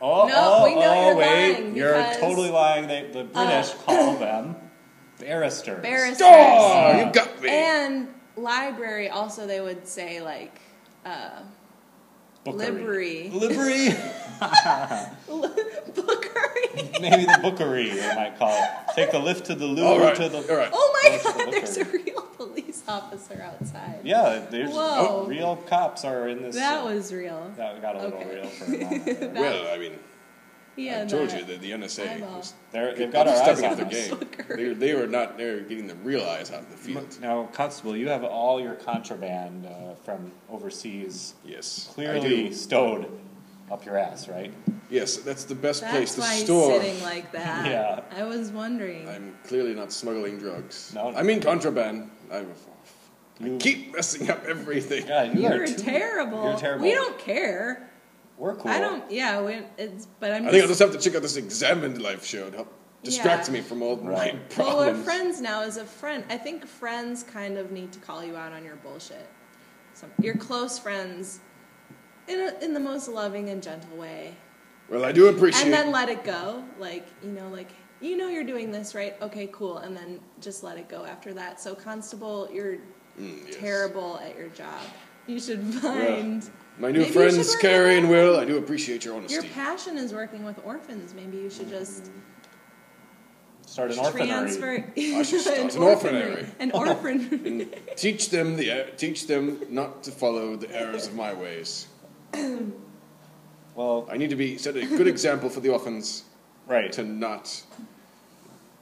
[SPEAKER 2] Oh,
[SPEAKER 4] No,
[SPEAKER 2] oh,
[SPEAKER 4] we know
[SPEAKER 2] oh,
[SPEAKER 4] you're
[SPEAKER 2] wait.
[SPEAKER 4] lying
[SPEAKER 2] you're
[SPEAKER 4] because- Uh,
[SPEAKER 2] totally lying. They, the British
[SPEAKER 4] <coughs>
[SPEAKER 2] call them barristers.
[SPEAKER 4] Barristers.
[SPEAKER 5] Oh, you got me.
[SPEAKER 4] And library, also, they would say, like, uh,
[SPEAKER 2] Bookery.
[SPEAKER 4] library. <laughs>
[SPEAKER 2] Livery? <laughs>
[SPEAKER 4] bookery.
[SPEAKER 2] Maybe the bookery, they might call it. Take the lift to the Louvre
[SPEAKER 5] all right,
[SPEAKER 2] to the.
[SPEAKER 5] all right.
[SPEAKER 4] Oh my
[SPEAKER 2] That's the
[SPEAKER 4] god, there's a
[SPEAKER 2] bookery.
[SPEAKER 4] real police officer outside.
[SPEAKER 2] Yeah, there's
[SPEAKER 4] Whoa.
[SPEAKER 2] real cops are in this.
[SPEAKER 4] That was real.
[SPEAKER 2] That got a little
[SPEAKER 4] Okay.
[SPEAKER 2] real
[SPEAKER 4] <laughs>
[SPEAKER 2] for a moment. there.
[SPEAKER 5] Well, I mean,
[SPEAKER 4] Yeah,
[SPEAKER 5] I told
[SPEAKER 4] that-
[SPEAKER 5] you that the NSA
[SPEAKER 4] eyeball.
[SPEAKER 5] was
[SPEAKER 2] They're, they've
[SPEAKER 5] They're
[SPEAKER 2] got our eyes
[SPEAKER 5] stepping
[SPEAKER 2] on
[SPEAKER 5] up their
[SPEAKER 2] us.
[SPEAKER 5] game.
[SPEAKER 4] Sucker.
[SPEAKER 5] They, they were not. They were getting the real eyes out in the field.
[SPEAKER 2] Now, Constable, you have all your contraband uh, from overseas
[SPEAKER 5] Yes, I
[SPEAKER 2] clearly
[SPEAKER 5] do.
[SPEAKER 2] stowed up your ass, right?
[SPEAKER 5] Yes, that's the best
[SPEAKER 4] That's
[SPEAKER 5] place to
[SPEAKER 4] why he's
[SPEAKER 5] store.
[SPEAKER 4] sitting like that.
[SPEAKER 2] Yeah.
[SPEAKER 4] I was wondering.
[SPEAKER 5] I'm clearly not smuggling drugs.
[SPEAKER 2] No, no.
[SPEAKER 5] I mean contraband. I'm I
[SPEAKER 2] You-
[SPEAKER 5] keep messing up everything.
[SPEAKER 2] God, you
[SPEAKER 4] You're
[SPEAKER 2] are too-
[SPEAKER 4] terrible.
[SPEAKER 2] You're terrible.
[SPEAKER 4] We don't care.
[SPEAKER 2] We're cool.
[SPEAKER 4] I don't. Yeah, we, it's. But I'm.
[SPEAKER 5] I think I'll
[SPEAKER 4] just-
[SPEAKER 5] just have to check out this examined life show to help distract
[SPEAKER 4] Yeah.
[SPEAKER 5] me from all
[SPEAKER 2] Right.
[SPEAKER 5] my
[SPEAKER 4] Well, we're
[SPEAKER 5] problems.
[SPEAKER 4] friends now as a friend. I think friends kind of need to call you out on your bullshit. Some, your close friends, in, a, in the most loving and gentle way.
[SPEAKER 5] well, I do appreciate.
[SPEAKER 4] And then let it go. Like, you know, like, you know you're doing this, right? Okay, cool. And then just let it go after that. So, Constable, you're
[SPEAKER 5] yes.
[SPEAKER 4] terrible at your job. You should find.
[SPEAKER 5] my
[SPEAKER 4] Maybe
[SPEAKER 5] new
[SPEAKER 4] you should
[SPEAKER 5] friends,
[SPEAKER 4] work
[SPEAKER 5] Carrie
[SPEAKER 4] on
[SPEAKER 5] and Will. I do appreciate your
[SPEAKER 4] Your
[SPEAKER 5] honesty.
[SPEAKER 4] passion is working with orphans. Maybe you should just
[SPEAKER 2] start an orphanary.
[SPEAKER 4] transfer <laughs>
[SPEAKER 5] should start an orphanary.
[SPEAKER 4] An orphanary.
[SPEAKER 5] And teach them the er- teach them not to follow the errors of my ways.
[SPEAKER 2] Well,
[SPEAKER 5] I need to be set a good example for the orphans
[SPEAKER 2] right.
[SPEAKER 5] to not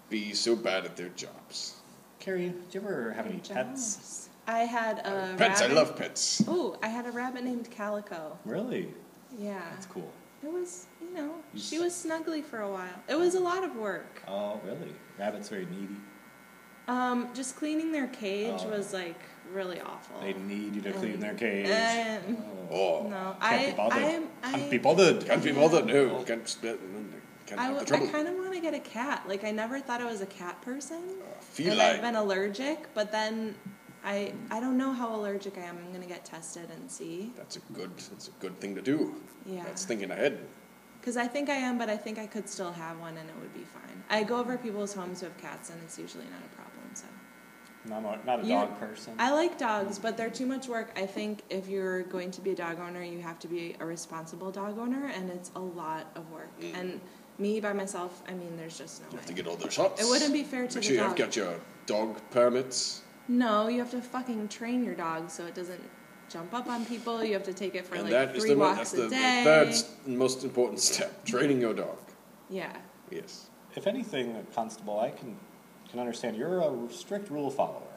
[SPEAKER 5] be so bad at their jobs.
[SPEAKER 2] Carrie, do you ever have any <laughs> pets?
[SPEAKER 4] I had a
[SPEAKER 5] Pets, I
[SPEAKER 4] rabbit.
[SPEAKER 5] love pets.
[SPEAKER 4] Oh, I had a rabbit named Calico. Uh-huh.
[SPEAKER 2] Really?
[SPEAKER 4] Yeah,
[SPEAKER 2] That's cool.
[SPEAKER 4] it was you know
[SPEAKER 2] You
[SPEAKER 4] she
[SPEAKER 2] s-
[SPEAKER 4] was snuggly for a while. It was a lot of work.
[SPEAKER 2] Oh, really? Rabbits are needy.
[SPEAKER 4] Um, just cleaning their cage
[SPEAKER 2] Oh.
[SPEAKER 4] was like really awful.
[SPEAKER 2] They need you to clean
[SPEAKER 4] Um,
[SPEAKER 2] their cage.
[SPEAKER 4] Um,
[SPEAKER 5] Oh,
[SPEAKER 4] no,
[SPEAKER 2] Can't
[SPEAKER 4] I
[SPEAKER 2] be bothered.
[SPEAKER 4] I'm,
[SPEAKER 2] Can't be
[SPEAKER 4] I
[SPEAKER 2] bothered.
[SPEAKER 5] can't be bothered. No, can't spit. No, no, can't
[SPEAKER 4] I,
[SPEAKER 5] have the
[SPEAKER 4] w- I
[SPEAKER 5] trouble.
[SPEAKER 4] kind of want to get a cat. Like I never thought I was a cat person, and I've
[SPEAKER 5] Feline.
[SPEAKER 4] been allergic. But then I I don't know how allergic I am. I'm gonna get tested and see.
[SPEAKER 5] That's a good. That's a good thing to do.
[SPEAKER 4] Yeah.
[SPEAKER 5] That's thinking ahead.
[SPEAKER 4] Because I think I am, but I think I could still have one and it would be fine. I go over people's homes who have cats and it's usually not a problem, so.
[SPEAKER 2] Not a, not a
[SPEAKER 4] You-
[SPEAKER 2] dog person.
[SPEAKER 4] I like dogs, but they're too much work. I think if you're going to be a dog owner, you have to be a responsible dog owner, and it's a lot of work. And me by myself, I mean, there's just no
[SPEAKER 5] Mm. You have to
[SPEAKER 4] way.
[SPEAKER 5] get all their shots.
[SPEAKER 4] It wouldn't be fair to
[SPEAKER 5] Make
[SPEAKER 4] the
[SPEAKER 5] sure you
[SPEAKER 4] dog.
[SPEAKER 5] have got your dog permits.
[SPEAKER 4] No, you have to fucking train your dog so it doesn't jump up on people. You have to take it for
[SPEAKER 5] and
[SPEAKER 4] like
[SPEAKER 5] that is
[SPEAKER 4] three
[SPEAKER 5] the, mo- that's
[SPEAKER 4] walks
[SPEAKER 5] the,
[SPEAKER 4] a
[SPEAKER 5] the
[SPEAKER 4] day.
[SPEAKER 5] third s- most important step training your dog.
[SPEAKER 4] yeah.
[SPEAKER 5] Yes.
[SPEAKER 2] if anything, Constable, I can can understand you're a strict rule follower.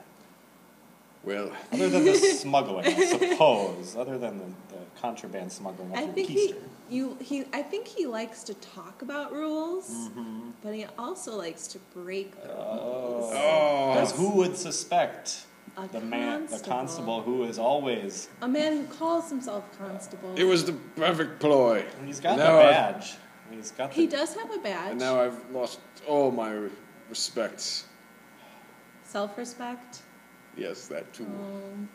[SPEAKER 5] Well,
[SPEAKER 2] Other than the smuggling, I suppose. Other than the, the contraband smuggling of
[SPEAKER 4] I
[SPEAKER 2] your
[SPEAKER 4] think he,
[SPEAKER 2] keister.
[SPEAKER 4] you, he, I think he likes to talk about rules,
[SPEAKER 5] Mm-hmm.
[SPEAKER 4] but he also likes to break
[SPEAKER 2] Oh.
[SPEAKER 4] the rules.
[SPEAKER 5] Oh.
[SPEAKER 2] Because who would suspect
[SPEAKER 4] A
[SPEAKER 2] the man, the
[SPEAKER 4] constable.
[SPEAKER 2] constable, who is always
[SPEAKER 4] A man who calls himself constable.
[SPEAKER 5] it was the perfect ploy.
[SPEAKER 2] he's got
[SPEAKER 5] Now
[SPEAKER 2] the
[SPEAKER 5] I've-
[SPEAKER 2] badge. He's got the
[SPEAKER 4] He does have a badge.
[SPEAKER 5] And now I've lost all my re- respect.
[SPEAKER 4] Self-respect.
[SPEAKER 5] Yes, that too.
[SPEAKER 4] Um,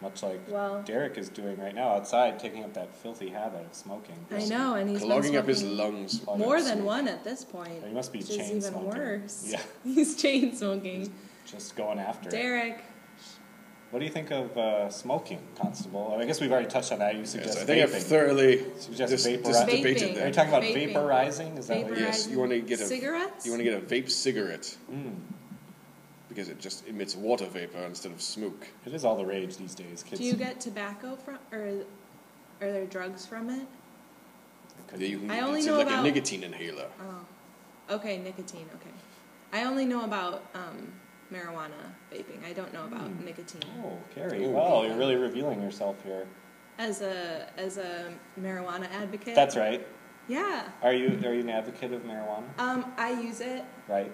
[SPEAKER 2] much like
[SPEAKER 4] Well-
[SPEAKER 2] Derek is doing right now outside, taking up that filthy habit of smoking.
[SPEAKER 4] I know, and he's been
[SPEAKER 5] Clogging up his
[SPEAKER 4] smoking
[SPEAKER 5] lungs.
[SPEAKER 2] Clogging
[SPEAKER 4] More
[SPEAKER 2] up
[SPEAKER 4] than
[SPEAKER 2] smoke.
[SPEAKER 4] one at this point.
[SPEAKER 2] Oh, He must be
[SPEAKER 4] which is
[SPEAKER 2] chain
[SPEAKER 4] even
[SPEAKER 2] smoking.
[SPEAKER 4] worse.
[SPEAKER 2] Yeah.
[SPEAKER 4] <laughs> he's chain smoking.
[SPEAKER 2] Just going after it.
[SPEAKER 4] Derek,
[SPEAKER 2] What do you think of uh, smoking, Constable? I guess we've already touched on that. You
[SPEAKER 5] Yes,
[SPEAKER 2] suggest
[SPEAKER 5] I think I've
[SPEAKER 2] vaping.
[SPEAKER 5] thoroughly
[SPEAKER 2] Suggest
[SPEAKER 5] dis- dis-
[SPEAKER 2] vaporize-
[SPEAKER 5] debated
[SPEAKER 4] Vaping.
[SPEAKER 2] Are you
[SPEAKER 5] that.
[SPEAKER 2] talking about
[SPEAKER 4] Vaping.
[SPEAKER 2] vaporizing? Is that what you
[SPEAKER 4] Vaporize-
[SPEAKER 5] Yes, you want to get a
[SPEAKER 4] cigarettes.
[SPEAKER 5] You want to get a vape cigarette
[SPEAKER 2] Hmm.
[SPEAKER 5] because it just emits water vapor instead of smoke.
[SPEAKER 2] It is all the rage these days. Kids
[SPEAKER 4] Do you get tobacco from, or are there drugs from it?
[SPEAKER 2] could-
[SPEAKER 5] Yeah, you can,
[SPEAKER 4] I only
[SPEAKER 5] it's
[SPEAKER 4] know
[SPEAKER 5] like
[SPEAKER 4] about-
[SPEAKER 5] a nicotine inhaler.
[SPEAKER 4] Oh, Okay, nicotine. Okay, I only know about um, marijuana vaping. I don't know about nicotine.
[SPEAKER 2] Oh, Carrie,
[SPEAKER 5] Ooh.
[SPEAKER 2] well, you're really revealing yourself here.
[SPEAKER 4] As a as a marijuana advocate.
[SPEAKER 2] That's right.
[SPEAKER 4] Yeah.
[SPEAKER 2] Are you are you an advocate of marijuana?
[SPEAKER 4] Um, I use it.
[SPEAKER 2] Right.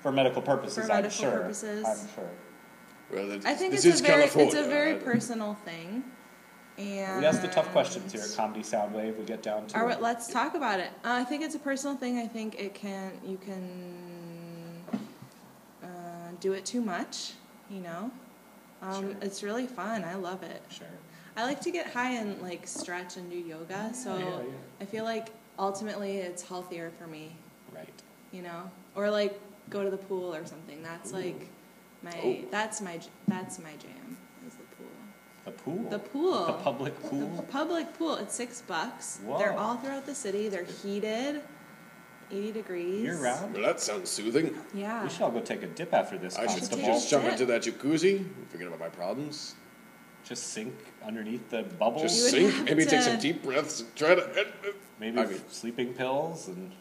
[SPEAKER 2] For medical purposes,
[SPEAKER 4] For
[SPEAKER 2] I'm
[SPEAKER 4] medical
[SPEAKER 2] sure.
[SPEAKER 4] purposes.
[SPEAKER 2] I'm sure.
[SPEAKER 5] Well, that-
[SPEAKER 4] I think
[SPEAKER 5] this
[SPEAKER 4] it's a
[SPEAKER 5] is
[SPEAKER 4] very it's
[SPEAKER 5] California.
[SPEAKER 4] a very
[SPEAKER 5] I-
[SPEAKER 4] personal thing. And
[SPEAKER 2] We ask the tough questions here at Comedy Soundwave. We get down to
[SPEAKER 4] All
[SPEAKER 2] it.
[SPEAKER 4] right, let's talk about it. Uh, I think it's a personal thing. I think it can you can uh, do it too much. You know, um,
[SPEAKER 2] Sure.
[SPEAKER 4] it's really fun. I love it.
[SPEAKER 2] Sure.
[SPEAKER 4] I like to get high and like stretch and do yoga. So
[SPEAKER 2] yeah, yeah.
[SPEAKER 4] I feel like ultimately it's healthier for me.
[SPEAKER 2] Right.
[SPEAKER 4] You know, or like go to the pool or something. That's like my
[SPEAKER 5] Oh.
[SPEAKER 4] that's my j- that's my jam is the pool.
[SPEAKER 2] The pool.
[SPEAKER 4] The pool.
[SPEAKER 2] The public
[SPEAKER 4] The
[SPEAKER 2] pool.
[SPEAKER 4] public pool. It's six bucks.
[SPEAKER 2] Whoa.
[SPEAKER 4] They're all throughout the city. They're heated, eighty degrees.
[SPEAKER 2] Year round.
[SPEAKER 5] Well, that sounds soothing.
[SPEAKER 4] Yeah.
[SPEAKER 2] We should all go take a dip after this,
[SPEAKER 5] I should
[SPEAKER 4] Constable.
[SPEAKER 5] just jump
[SPEAKER 4] Yeah.
[SPEAKER 5] into that jacuzzi and forget about my problems.
[SPEAKER 2] Just sink underneath the bubbles.
[SPEAKER 5] Just
[SPEAKER 4] Oh. would
[SPEAKER 5] sink,
[SPEAKER 4] have
[SPEAKER 5] maybe take
[SPEAKER 4] to-
[SPEAKER 5] some deep breaths, and try to.
[SPEAKER 2] Maybe
[SPEAKER 5] I mean,
[SPEAKER 2] sleeping pills and.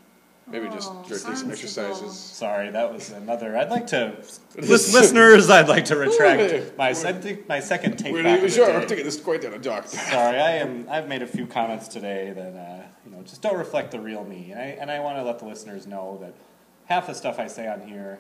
[SPEAKER 5] maybe just
[SPEAKER 4] Oh,
[SPEAKER 5] try to take some
[SPEAKER 4] sensible.
[SPEAKER 5] exercises.
[SPEAKER 2] Sorry, that was another. I'd like to, Lis- listeners. I'd like to retract my. I think my second take
[SPEAKER 5] We're
[SPEAKER 2] back.
[SPEAKER 5] not
[SPEAKER 2] of the
[SPEAKER 5] even sure. I'm
[SPEAKER 2] day.
[SPEAKER 5] taking this quite down a dark <laughs> path.
[SPEAKER 2] Sorry, I am. I've made a few comments today that uh, you know just don't reflect the real me, and I and I want to let the listeners know that half the stuff I say on here,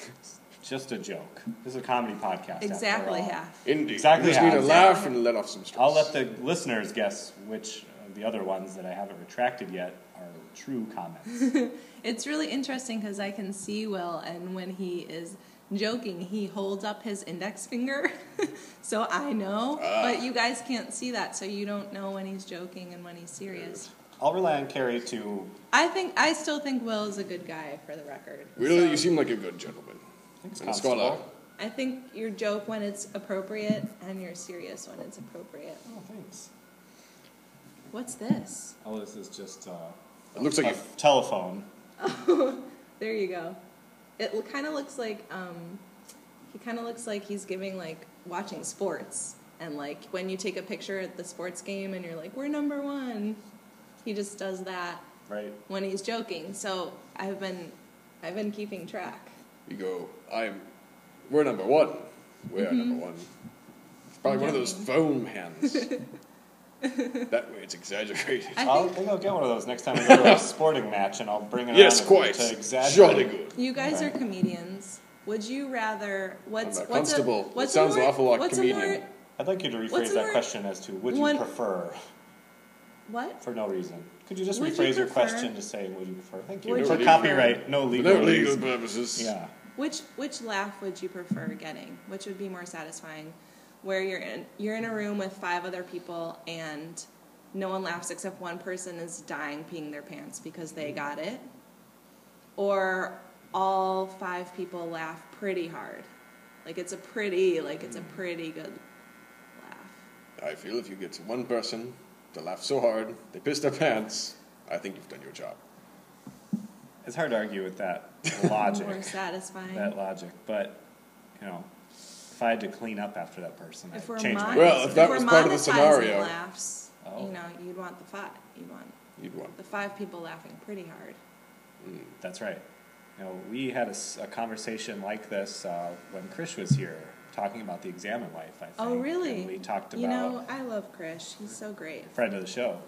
[SPEAKER 2] is just a joke. This is a comedy podcast. after
[SPEAKER 4] Exactly
[SPEAKER 2] all.
[SPEAKER 4] half.
[SPEAKER 5] Indeed.
[SPEAKER 2] Exactly
[SPEAKER 5] You just need to
[SPEAKER 2] how-
[SPEAKER 5] laugh and let off some stress.
[SPEAKER 2] I'll let the listeners guess which of the other ones that I haven't retracted yet are true
[SPEAKER 4] <laughs>
[SPEAKER 2] comments.
[SPEAKER 4] It's really interesting because I can see Will, and when he is joking, he holds up his index finger, <laughs> so I know.
[SPEAKER 2] Ah.
[SPEAKER 4] But you guys can't see that, so you don't know when he's joking and when he's serious.
[SPEAKER 2] I'll rely on Carrie to.
[SPEAKER 4] I think I still think Will is a good guy, for the record.
[SPEAKER 5] Really,
[SPEAKER 4] So
[SPEAKER 5] you seem like a good gentleman.
[SPEAKER 2] Thanks,
[SPEAKER 5] And a scholar.
[SPEAKER 2] Constable.
[SPEAKER 4] I think you joke when it's appropriate, and you're serious when it's appropriate.
[SPEAKER 2] Oh, thanks.
[SPEAKER 4] What's this?
[SPEAKER 2] Oh, this is just. Uh,
[SPEAKER 5] It looks like
[SPEAKER 2] a
[SPEAKER 5] you-
[SPEAKER 2] telephone.
[SPEAKER 4] <laughs> There you go. It kind of looks like um, he kind of looks like he's giving like watching sports, and like when you take a picture at the sports game and you're like, "We're number one." He just does that
[SPEAKER 2] Right.
[SPEAKER 4] when he's joking. So I've been, I've been keeping track.
[SPEAKER 5] You go, I'm. We're number one. We are number one. It's probably one of those foam hands. that way, it's exaggerated.
[SPEAKER 2] <laughs>
[SPEAKER 4] I
[SPEAKER 2] I'll,
[SPEAKER 4] think-
[SPEAKER 2] think I'll get one of those next time I go to
[SPEAKER 5] <laughs>
[SPEAKER 2] a sporting match, and I'll bring it
[SPEAKER 5] yes,
[SPEAKER 2] on
[SPEAKER 5] quite.
[SPEAKER 2] to
[SPEAKER 5] Jolly
[SPEAKER 2] exaggerate.
[SPEAKER 5] good.
[SPEAKER 4] You guys
[SPEAKER 2] Right.
[SPEAKER 4] are comedians. Would you rather? What's
[SPEAKER 5] I'm a
[SPEAKER 4] what's
[SPEAKER 5] constable.
[SPEAKER 4] A,
[SPEAKER 5] That
[SPEAKER 4] what's a
[SPEAKER 5] sounds an
[SPEAKER 4] more,
[SPEAKER 5] awful lot
[SPEAKER 4] what's A
[SPEAKER 5] comedian.
[SPEAKER 4] more,
[SPEAKER 2] I'd like you to
[SPEAKER 4] What's
[SPEAKER 2] rephrase
[SPEAKER 4] the
[SPEAKER 2] that
[SPEAKER 4] word?
[SPEAKER 2] question as to would you
[SPEAKER 4] One-
[SPEAKER 2] prefer
[SPEAKER 4] what?
[SPEAKER 2] for no reason. Could you just
[SPEAKER 4] Would you
[SPEAKER 2] rephrase your
[SPEAKER 4] prefer-
[SPEAKER 2] question to say would you prefer? Thank you.
[SPEAKER 4] Would
[SPEAKER 2] for
[SPEAKER 5] you
[SPEAKER 2] copyright, no
[SPEAKER 5] For
[SPEAKER 2] legal.
[SPEAKER 5] no legal
[SPEAKER 2] reason.
[SPEAKER 5] purposes.
[SPEAKER 2] Yeah.
[SPEAKER 4] Which which laugh would you prefer getting? Which would be more satisfying? Where you're in you're in a room with five other people and no one laughs except one person is dying peeing their pants because
[SPEAKER 5] Mm-hmm.
[SPEAKER 4] they got it. Or all five people laugh pretty hard. Like it's a pretty, like it's a
[SPEAKER 5] Mm-hmm.
[SPEAKER 4] pretty good laugh.
[SPEAKER 5] I feel if you get one person to laugh so hard they piss their pants, I think you've done your job.
[SPEAKER 2] It's hard to argue with that
[SPEAKER 4] <laughs> More
[SPEAKER 5] <laughs>
[SPEAKER 2] logic.
[SPEAKER 4] satisfying.
[SPEAKER 2] that logic, but you know, if I had to clean up after that person,
[SPEAKER 4] if we're
[SPEAKER 2] I'd change my
[SPEAKER 4] mon-
[SPEAKER 5] Well, if
[SPEAKER 4] if
[SPEAKER 5] that
[SPEAKER 4] we're
[SPEAKER 5] was part of the
[SPEAKER 4] monetizing
[SPEAKER 5] scenario.
[SPEAKER 4] laughs,
[SPEAKER 2] Oh.
[SPEAKER 4] you know, you'd want the five. You'd want
[SPEAKER 5] You'd won.
[SPEAKER 4] the five people laughing pretty hard.
[SPEAKER 2] That's right. You know, we had a, s- a conversation like this uh, when Krish was here, talking about the exam in life. I think.
[SPEAKER 4] Oh, really?
[SPEAKER 2] And we talked about
[SPEAKER 4] You know, I love Krish. He's so great.
[SPEAKER 2] friend of the show,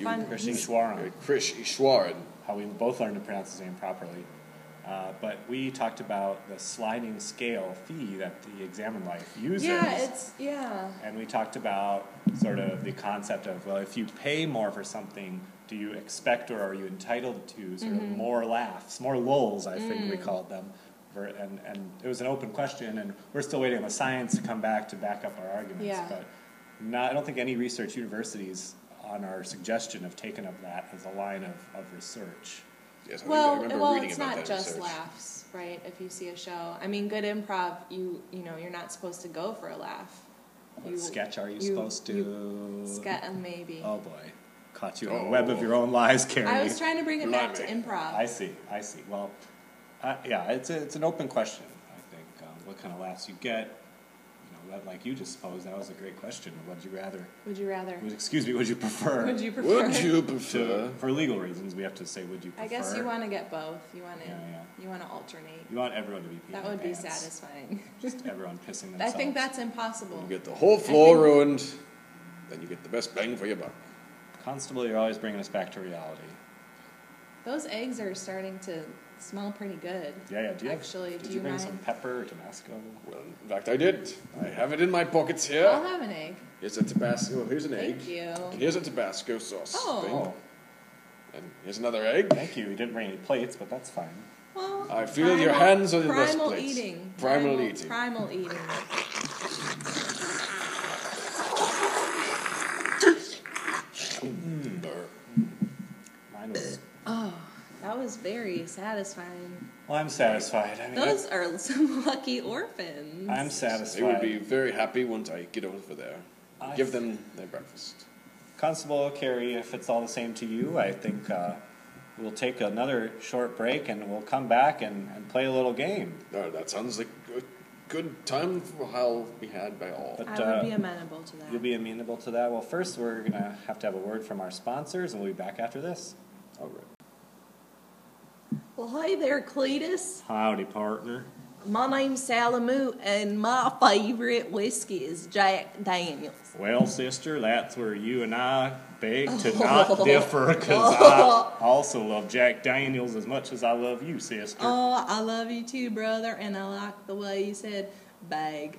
[SPEAKER 4] Fun.
[SPEAKER 2] Krish Ishwaran,
[SPEAKER 5] Krish Ishwaran.
[SPEAKER 2] how we both learned to pronounce his name properly. Uh, but we talked about the sliding scale fee that the exam in life uses.
[SPEAKER 4] Yeah, it's yeah.
[SPEAKER 2] and we talked about sort of the concept of well if you pay more for something do you expect or are you entitled to sort
[SPEAKER 4] Mm-hmm.
[SPEAKER 2] of more laughs more lulls i think
[SPEAKER 4] Mm.
[SPEAKER 2] we called them ver- and, and it was an open question and we're still waiting on the science to come back to back up our arguments
[SPEAKER 4] Yeah.
[SPEAKER 2] but not, i don't think any research universities on our suggestion have taken up that as a line of, of research
[SPEAKER 5] Yes, I
[SPEAKER 4] Well,
[SPEAKER 5] think I remember
[SPEAKER 4] well,
[SPEAKER 5] reading
[SPEAKER 4] it's
[SPEAKER 5] about
[SPEAKER 4] not
[SPEAKER 5] that
[SPEAKER 4] just
[SPEAKER 5] research.
[SPEAKER 4] laughs, right? If you see a show, I mean, good improv, you you know, you're not supposed to go for a laugh.
[SPEAKER 2] what
[SPEAKER 4] You-
[SPEAKER 2] sketch are you,
[SPEAKER 4] you-
[SPEAKER 2] supposed to
[SPEAKER 4] Sket a maybe.
[SPEAKER 2] oh boy caught you on
[SPEAKER 5] Oh.
[SPEAKER 2] the web of your own lies carrie
[SPEAKER 4] I was trying to bring it back to
[SPEAKER 5] Blimey.
[SPEAKER 4] improv.
[SPEAKER 2] I see. I see. Well, uh, yeah, it's a, it's an open question. I think um, what kind of laughs you get. You know, what, like you just posed, that was a great question. Would you rather?
[SPEAKER 4] would you rather?
[SPEAKER 2] Would, excuse me. Would you prefer?
[SPEAKER 4] <laughs> Would you prefer? <laughs>
[SPEAKER 5] Would you
[SPEAKER 2] to,
[SPEAKER 5] prefer?
[SPEAKER 2] for legal reasons, we have to say, would you prefer?
[SPEAKER 4] I guess you want to get both. You want to
[SPEAKER 2] Yeah, yeah.
[SPEAKER 4] you want to alternate.
[SPEAKER 2] You want everyone to be. peeing
[SPEAKER 4] That
[SPEAKER 2] their
[SPEAKER 4] would be
[SPEAKER 2] pants,
[SPEAKER 4] satisfying.
[SPEAKER 2] Just everyone pissing
[SPEAKER 4] I
[SPEAKER 2] themselves.
[SPEAKER 4] think that's impossible.
[SPEAKER 5] You get the whole floor
[SPEAKER 4] think-
[SPEAKER 5] ruined, then you get the best bang for your buck.
[SPEAKER 2] Constable, you're always bringing us back to reality.
[SPEAKER 4] Those eggs are starting to smell pretty good.
[SPEAKER 2] Yeah, yeah. Do you have-
[SPEAKER 4] actually,
[SPEAKER 2] did
[SPEAKER 4] do
[SPEAKER 2] you,
[SPEAKER 4] you
[SPEAKER 2] bring
[SPEAKER 4] mind?
[SPEAKER 2] some pepper or Tabasco?
[SPEAKER 5] Well, in fact, I did. I have it in my pockets
[SPEAKER 4] I'll
[SPEAKER 5] here.
[SPEAKER 4] have an egg.
[SPEAKER 5] Here's a Tabasco. Well, here's an egg.
[SPEAKER 4] Thank you.
[SPEAKER 5] And here's a Tabasco sauce.
[SPEAKER 4] Oh.
[SPEAKER 2] Oh,
[SPEAKER 5] Thing. And here's another egg.
[SPEAKER 2] thank you. You didn't bring any plates, but that's fine.
[SPEAKER 4] Well,
[SPEAKER 5] I feel your hands on your
[SPEAKER 4] primal
[SPEAKER 5] breastplates.
[SPEAKER 4] Eating.
[SPEAKER 5] Primal eating.
[SPEAKER 4] Primal eating.
[SPEAKER 5] Burr.
[SPEAKER 2] Mine was.
[SPEAKER 4] Oh, that was very satisfying.
[SPEAKER 2] Well, I'm satisfied. I mean,
[SPEAKER 4] Those are some <laughs> lucky orphans.
[SPEAKER 2] I'm
[SPEAKER 5] They would
[SPEAKER 2] satisfied.
[SPEAKER 5] be very happy once I get over there.
[SPEAKER 2] I-
[SPEAKER 5] Give them their breakfast.
[SPEAKER 2] Constable Carey, if it's all the same to you, I think uh, we'll take another short break and we'll come back and, and play a little game.
[SPEAKER 5] No, that sounds like a good time for how we had by all.
[SPEAKER 2] But
[SPEAKER 4] I would
[SPEAKER 2] uh,
[SPEAKER 4] be amenable to that.
[SPEAKER 2] you'll be amenable to that. Well, first, we're going to have to have a word from our sponsors, and we'll be back after this.
[SPEAKER 5] All right.
[SPEAKER 4] well, hi there, Cletus.
[SPEAKER 2] Howdy, partner.
[SPEAKER 4] My name's Salamu, and my favorite whiskey is Jack Daniels.
[SPEAKER 2] Well, sister, that's where you and I beg
[SPEAKER 4] <laughs>
[SPEAKER 2] to not differ because I also love Jack Daniels as much as I love you, sister.
[SPEAKER 4] Oh, I love you too, brother, and I like the way you said bag.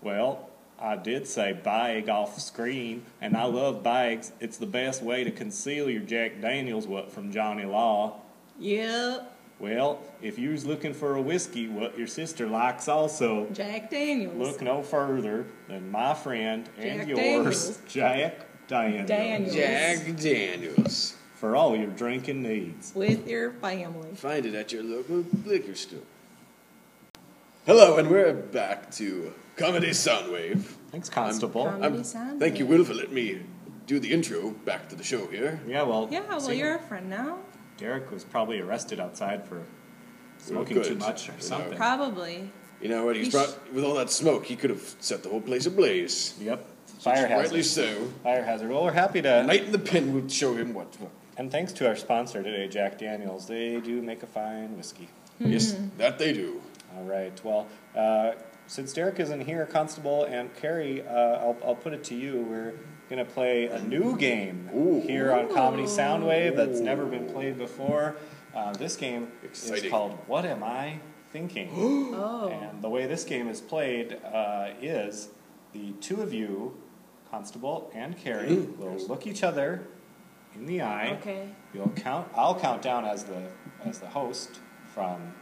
[SPEAKER 2] Well, I did say bag off screen, and I love bags. It's the best way to conceal your Jack Daniels what from Johnny Law.
[SPEAKER 4] Yep,
[SPEAKER 2] Well, if you was looking for a whiskey, what your sister likes also,
[SPEAKER 4] Jack Daniels.
[SPEAKER 2] look no further than my friend and
[SPEAKER 4] Jack
[SPEAKER 2] yours,
[SPEAKER 4] Daniels.
[SPEAKER 2] Jack Daniels,
[SPEAKER 4] Daniels.
[SPEAKER 5] Jack Daniels.
[SPEAKER 2] for all your drinking needs.
[SPEAKER 4] With your family.
[SPEAKER 5] Find it at your local liquor store. Hello, and we're back to Comedy Soundwave.
[SPEAKER 2] Thanks, Constable.
[SPEAKER 4] I'm- Comedy Soundwave.
[SPEAKER 5] Thank you, Will, for letting me do the intro back to the show here.
[SPEAKER 2] yeah, well,
[SPEAKER 4] Yeah, well,
[SPEAKER 2] see,
[SPEAKER 4] you're a friend now.
[SPEAKER 2] Derek was probably arrested outside for smoking
[SPEAKER 5] good.
[SPEAKER 2] too much
[SPEAKER 5] You
[SPEAKER 2] or
[SPEAKER 5] know.
[SPEAKER 2] something.
[SPEAKER 4] Probably.
[SPEAKER 5] You know what? He's
[SPEAKER 4] He's-
[SPEAKER 5] brought with all that smoke. He could have set the whole place ablaze.
[SPEAKER 2] Yep, fire
[SPEAKER 5] Rightly
[SPEAKER 2] hazard.
[SPEAKER 5] so.
[SPEAKER 2] Fire hazard. Well, we're happy to
[SPEAKER 5] A Knight in the Pen would show him what. what-
[SPEAKER 2] And thanks to our sponsor today, Jack Daniels, they do make a fine whiskey.
[SPEAKER 5] Yes, that they do.
[SPEAKER 2] All right. Well, uh, since Derek isn't here, Constable and Carrie, uh, I'll, I'll put it to you. We're going to play a new game
[SPEAKER 5] Ooh.
[SPEAKER 2] here on Comedy Soundwave that's never been played before. Uh, this game is
[SPEAKER 5] Exciting.
[SPEAKER 2] called What Am I Thinking?
[SPEAKER 5] <gasps>
[SPEAKER 4] Oh.
[SPEAKER 2] And the way this game is played uh, is the two of you, Constable and Carrie, will look each other in the eye.
[SPEAKER 4] Okay.
[SPEAKER 2] You'll count. I'll count down as the as the host from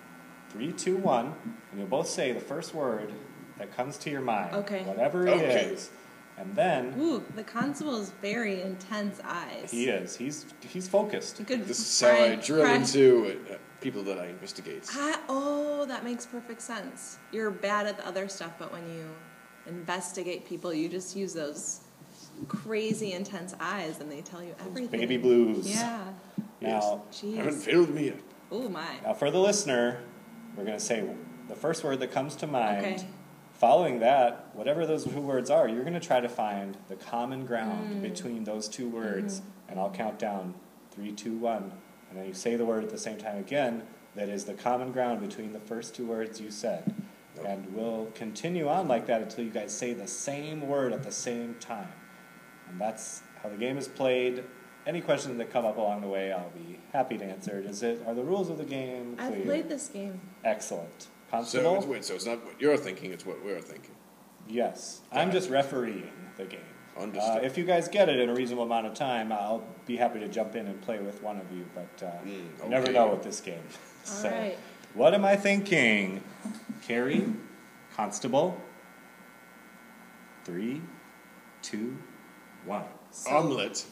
[SPEAKER 2] three, two, one, and you'll both say the first word that comes to your mind.
[SPEAKER 4] Okay.
[SPEAKER 2] Whatever it is,
[SPEAKER 5] Okay.
[SPEAKER 2] and then
[SPEAKER 4] Ooh, the constable's very intense eyes.
[SPEAKER 2] he is. He's he's focused.
[SPEAKER 4] You could
[SPEAKER 5] This is how I
[SPEAKER 4] pry-
[SPEAKER 5] drill
[SPEAKER 4] pry-
[SPEAKER 5] into it. people that I investigate.
[SPEAKER 7] Ah, oh, that makes perfect sense. You're bad at the other stuff, but when you investigate people, you just use those crazy intense eyes and they tell you everything.
[SPEAKER 2] Baby blues.
[SPEAKER 7] Yeah.
[SPEAKER 2] Now,
[SPEAKER 5] Haven't
[SPEAKER 7] Jeez.
[SPEAKER 5] failed me yet.
[SPEAKER 7] Oh my.
[SPEAKER 2] now for the listener, we're going to say the first word that comes to mind.
[SPEAKER 7] Okay.
[SPEAKER 2] Following that, whatever those two words are, you're going to try to find the common ground between those two words, and I'll count down three, two, one, and then you say the word at the same time again. That is the common ground between the first two words you said, and we'll continue on like that until you guys say the same word at the same time. And that's how the game is played. Any questions that come up along the way, I'll be happy to answer. Is it are the rules of the game clear?
[SPEAKER 7] I've played this game.
[SPEAKER 2] Excellent.
[SPEAKER 5] So
[SPEAKER 2] Constable?
[SPEAKER 5] it's wait, so it's not what you're thinking; it's what we're thinking.
[SPEAKER 2] Yes. I'm just refereeing the game. Uh,
[SPEAKER 5] Understood.
[SPEAKER 2] if you guys get it in a reasonable amount of time, I'll be happy to jump in and play with one of you, but uh,
[SPEAKER 5] Mm,
[SPEAKER 2] you never
[SPEAKER 5] okay.
[SPEAKER 2] know with this game. <laughs> so,
[SPEAKER 7] right.
[SPEAKER 2] what am I thinking? Carrie, Constable, three, two, one.
[SPEAKER 5] Omelette.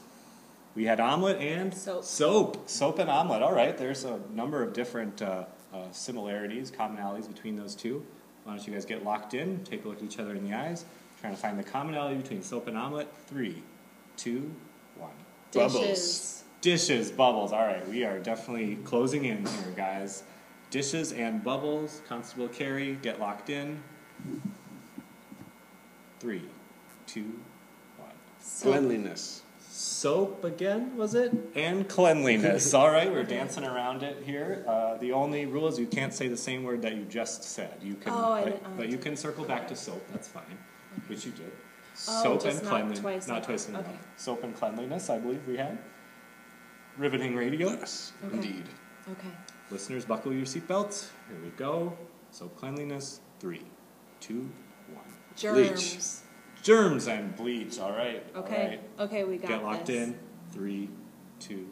[SPEAKER 2] We had omelet and
[SPEAKER 7] Soap.
[SPEAKER 2] Soap, Soap and omelet. All right, there's a number of different uh, uh, similarities, commonalities between those two. Why don't you guys get locked in, take a look at each other in the eyes, trying to find the commonality between soap and omelet. Three, two, one.
[SPEAKER 5] Bubbles.
[SPEAKER 7] Dishes.
[SPEAKER 2] Dishes, bubbles. All right, we are definitely closing in here, guys. Dishes and bubbles. Constable Carey, get locked in. Three, two, one.
[SPEAKER 5] Cleanliness.
[SPEAKER 2] Soap again, was it? And cleanliness. All right, we're dancing around it here. Uh, the only rule is you can't say the same word that you just said. You can,
[SPEAKER 7] Oh, I
[SPEAKER 2] but,
[SPEAKER 7] didn't- oh, I
[SPEAKER 2] but you
[SPEAKER 7] didn't.
[SPEAKER 2] can circle back to soap. That's fine, which you did.
[SPEAKER 7] Oh,
[SPEAKER 2] soap
[SPEAKER 7] just
[SPEAKER 2] and
[SPEAKER 7] not
[SPEAKER 2] cleanliness,
[SPEAKER 7] twice
[SPEAKER 2] not
[SPEAKER 7] in a
[SPEAKER 2] twice in a
[SPEAKER 7] row.
[SPEAKER 2] row.
[SPEAKER 7] Okay.
[SPEAKER 2] Soap and cleanliness, I believe we had. Riveting radio.
[SPEAKER 5] Yes,
[SPEAKER 7] Okay.
[SPEAKER 5] indeed.
[SPEAKER 7] Okay.
[SPEAKER 2] Listeners, buckle your seatbelts. Here we go. Soap cleanliness. Three, two, one.
[SPEAKER 7] Germs.
[SPEAKER 2] Germs and bleach. All right. all
[SPEAKER 7] Okay.
[SPEAKER 2] right.
[SPEAKER 7] Okay, we got
[SPEAKER 2] Get locked
[SPEAKER 7] this.
[SPEAKER 2] in. Three, two,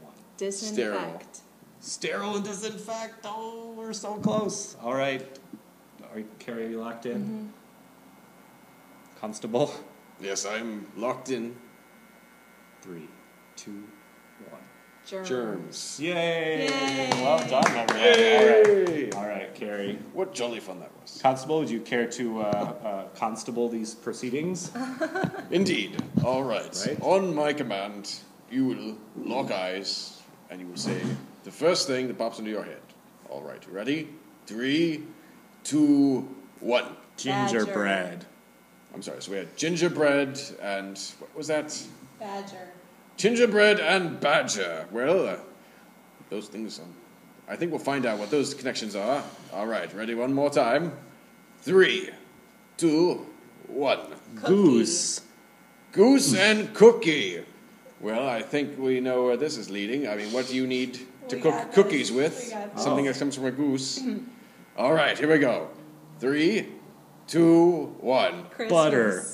[SPEAKER 2] one.
[SPEAKER 7] Disinfect.
[SPEAKER 2] Sterile and disinfect. Oh, we're so close. All right. Are you, Carrie, are you locked in?
[SPEAKER 7] Mm-hmm.
[SPEAKER 2] Constable.
[SPEAKER 5] Yes, I'm locked in.
[SPEAKER 2] Three, two, one.
[SPEAKER 7] Germs.
[SPEAKER 5] Germs.
[SPEAKER 2] Yay!
[SPEAKER 7] Yay!
[SPEAKER 2] Well done, everyone. All right. All right, Carrie.
[SPEAKER 5] What jolly fun that was.
[SPEAKER 2] Constable, would you care to uh, uh, constable these proceedings?
[SPEAKER 7] Uh,
[SPEAKER 5] Indeed. All right.
[SPEAKER 2] Right.
[SPEAKER 5] On my command, you will lock eyes and you will say the first thing that pops into your head. All right. You ready? Three, two, one.
[SPEAKER 2] Gingerbread.
[SPEAKER 5] I'm sorry. So we had gingerbread and what was that?
[SPEAKER 7] Badger.
[SPEAKER 5] Gingerbread and badger. Well, uh, those things. Um, I think we'll find out what those connections are. All right. Ready? One more time. Three, two, one.
[SPEAKER 2] Goose.
[SPEAKER 5] Goose and cookie. Well, I think we know where this is leading. I mean, what do you need to
[SPEAKER 7] We
[SPEAKER 5] cook
[SPEAKER 7] got
[SPEAKER 5] cookies
[SPEAKER 7] this.
[SPEAKER 5] with?
[SPEAKER 7] We got
[SPEAKER 5] Something that comes from a
[SPEAKER 7] <clears throat>
[SPEAKER 5] goose. All right, here we go. Three, two, one.
[SPEAKER 7] Christmas.
[SPEAKER 2] Butter.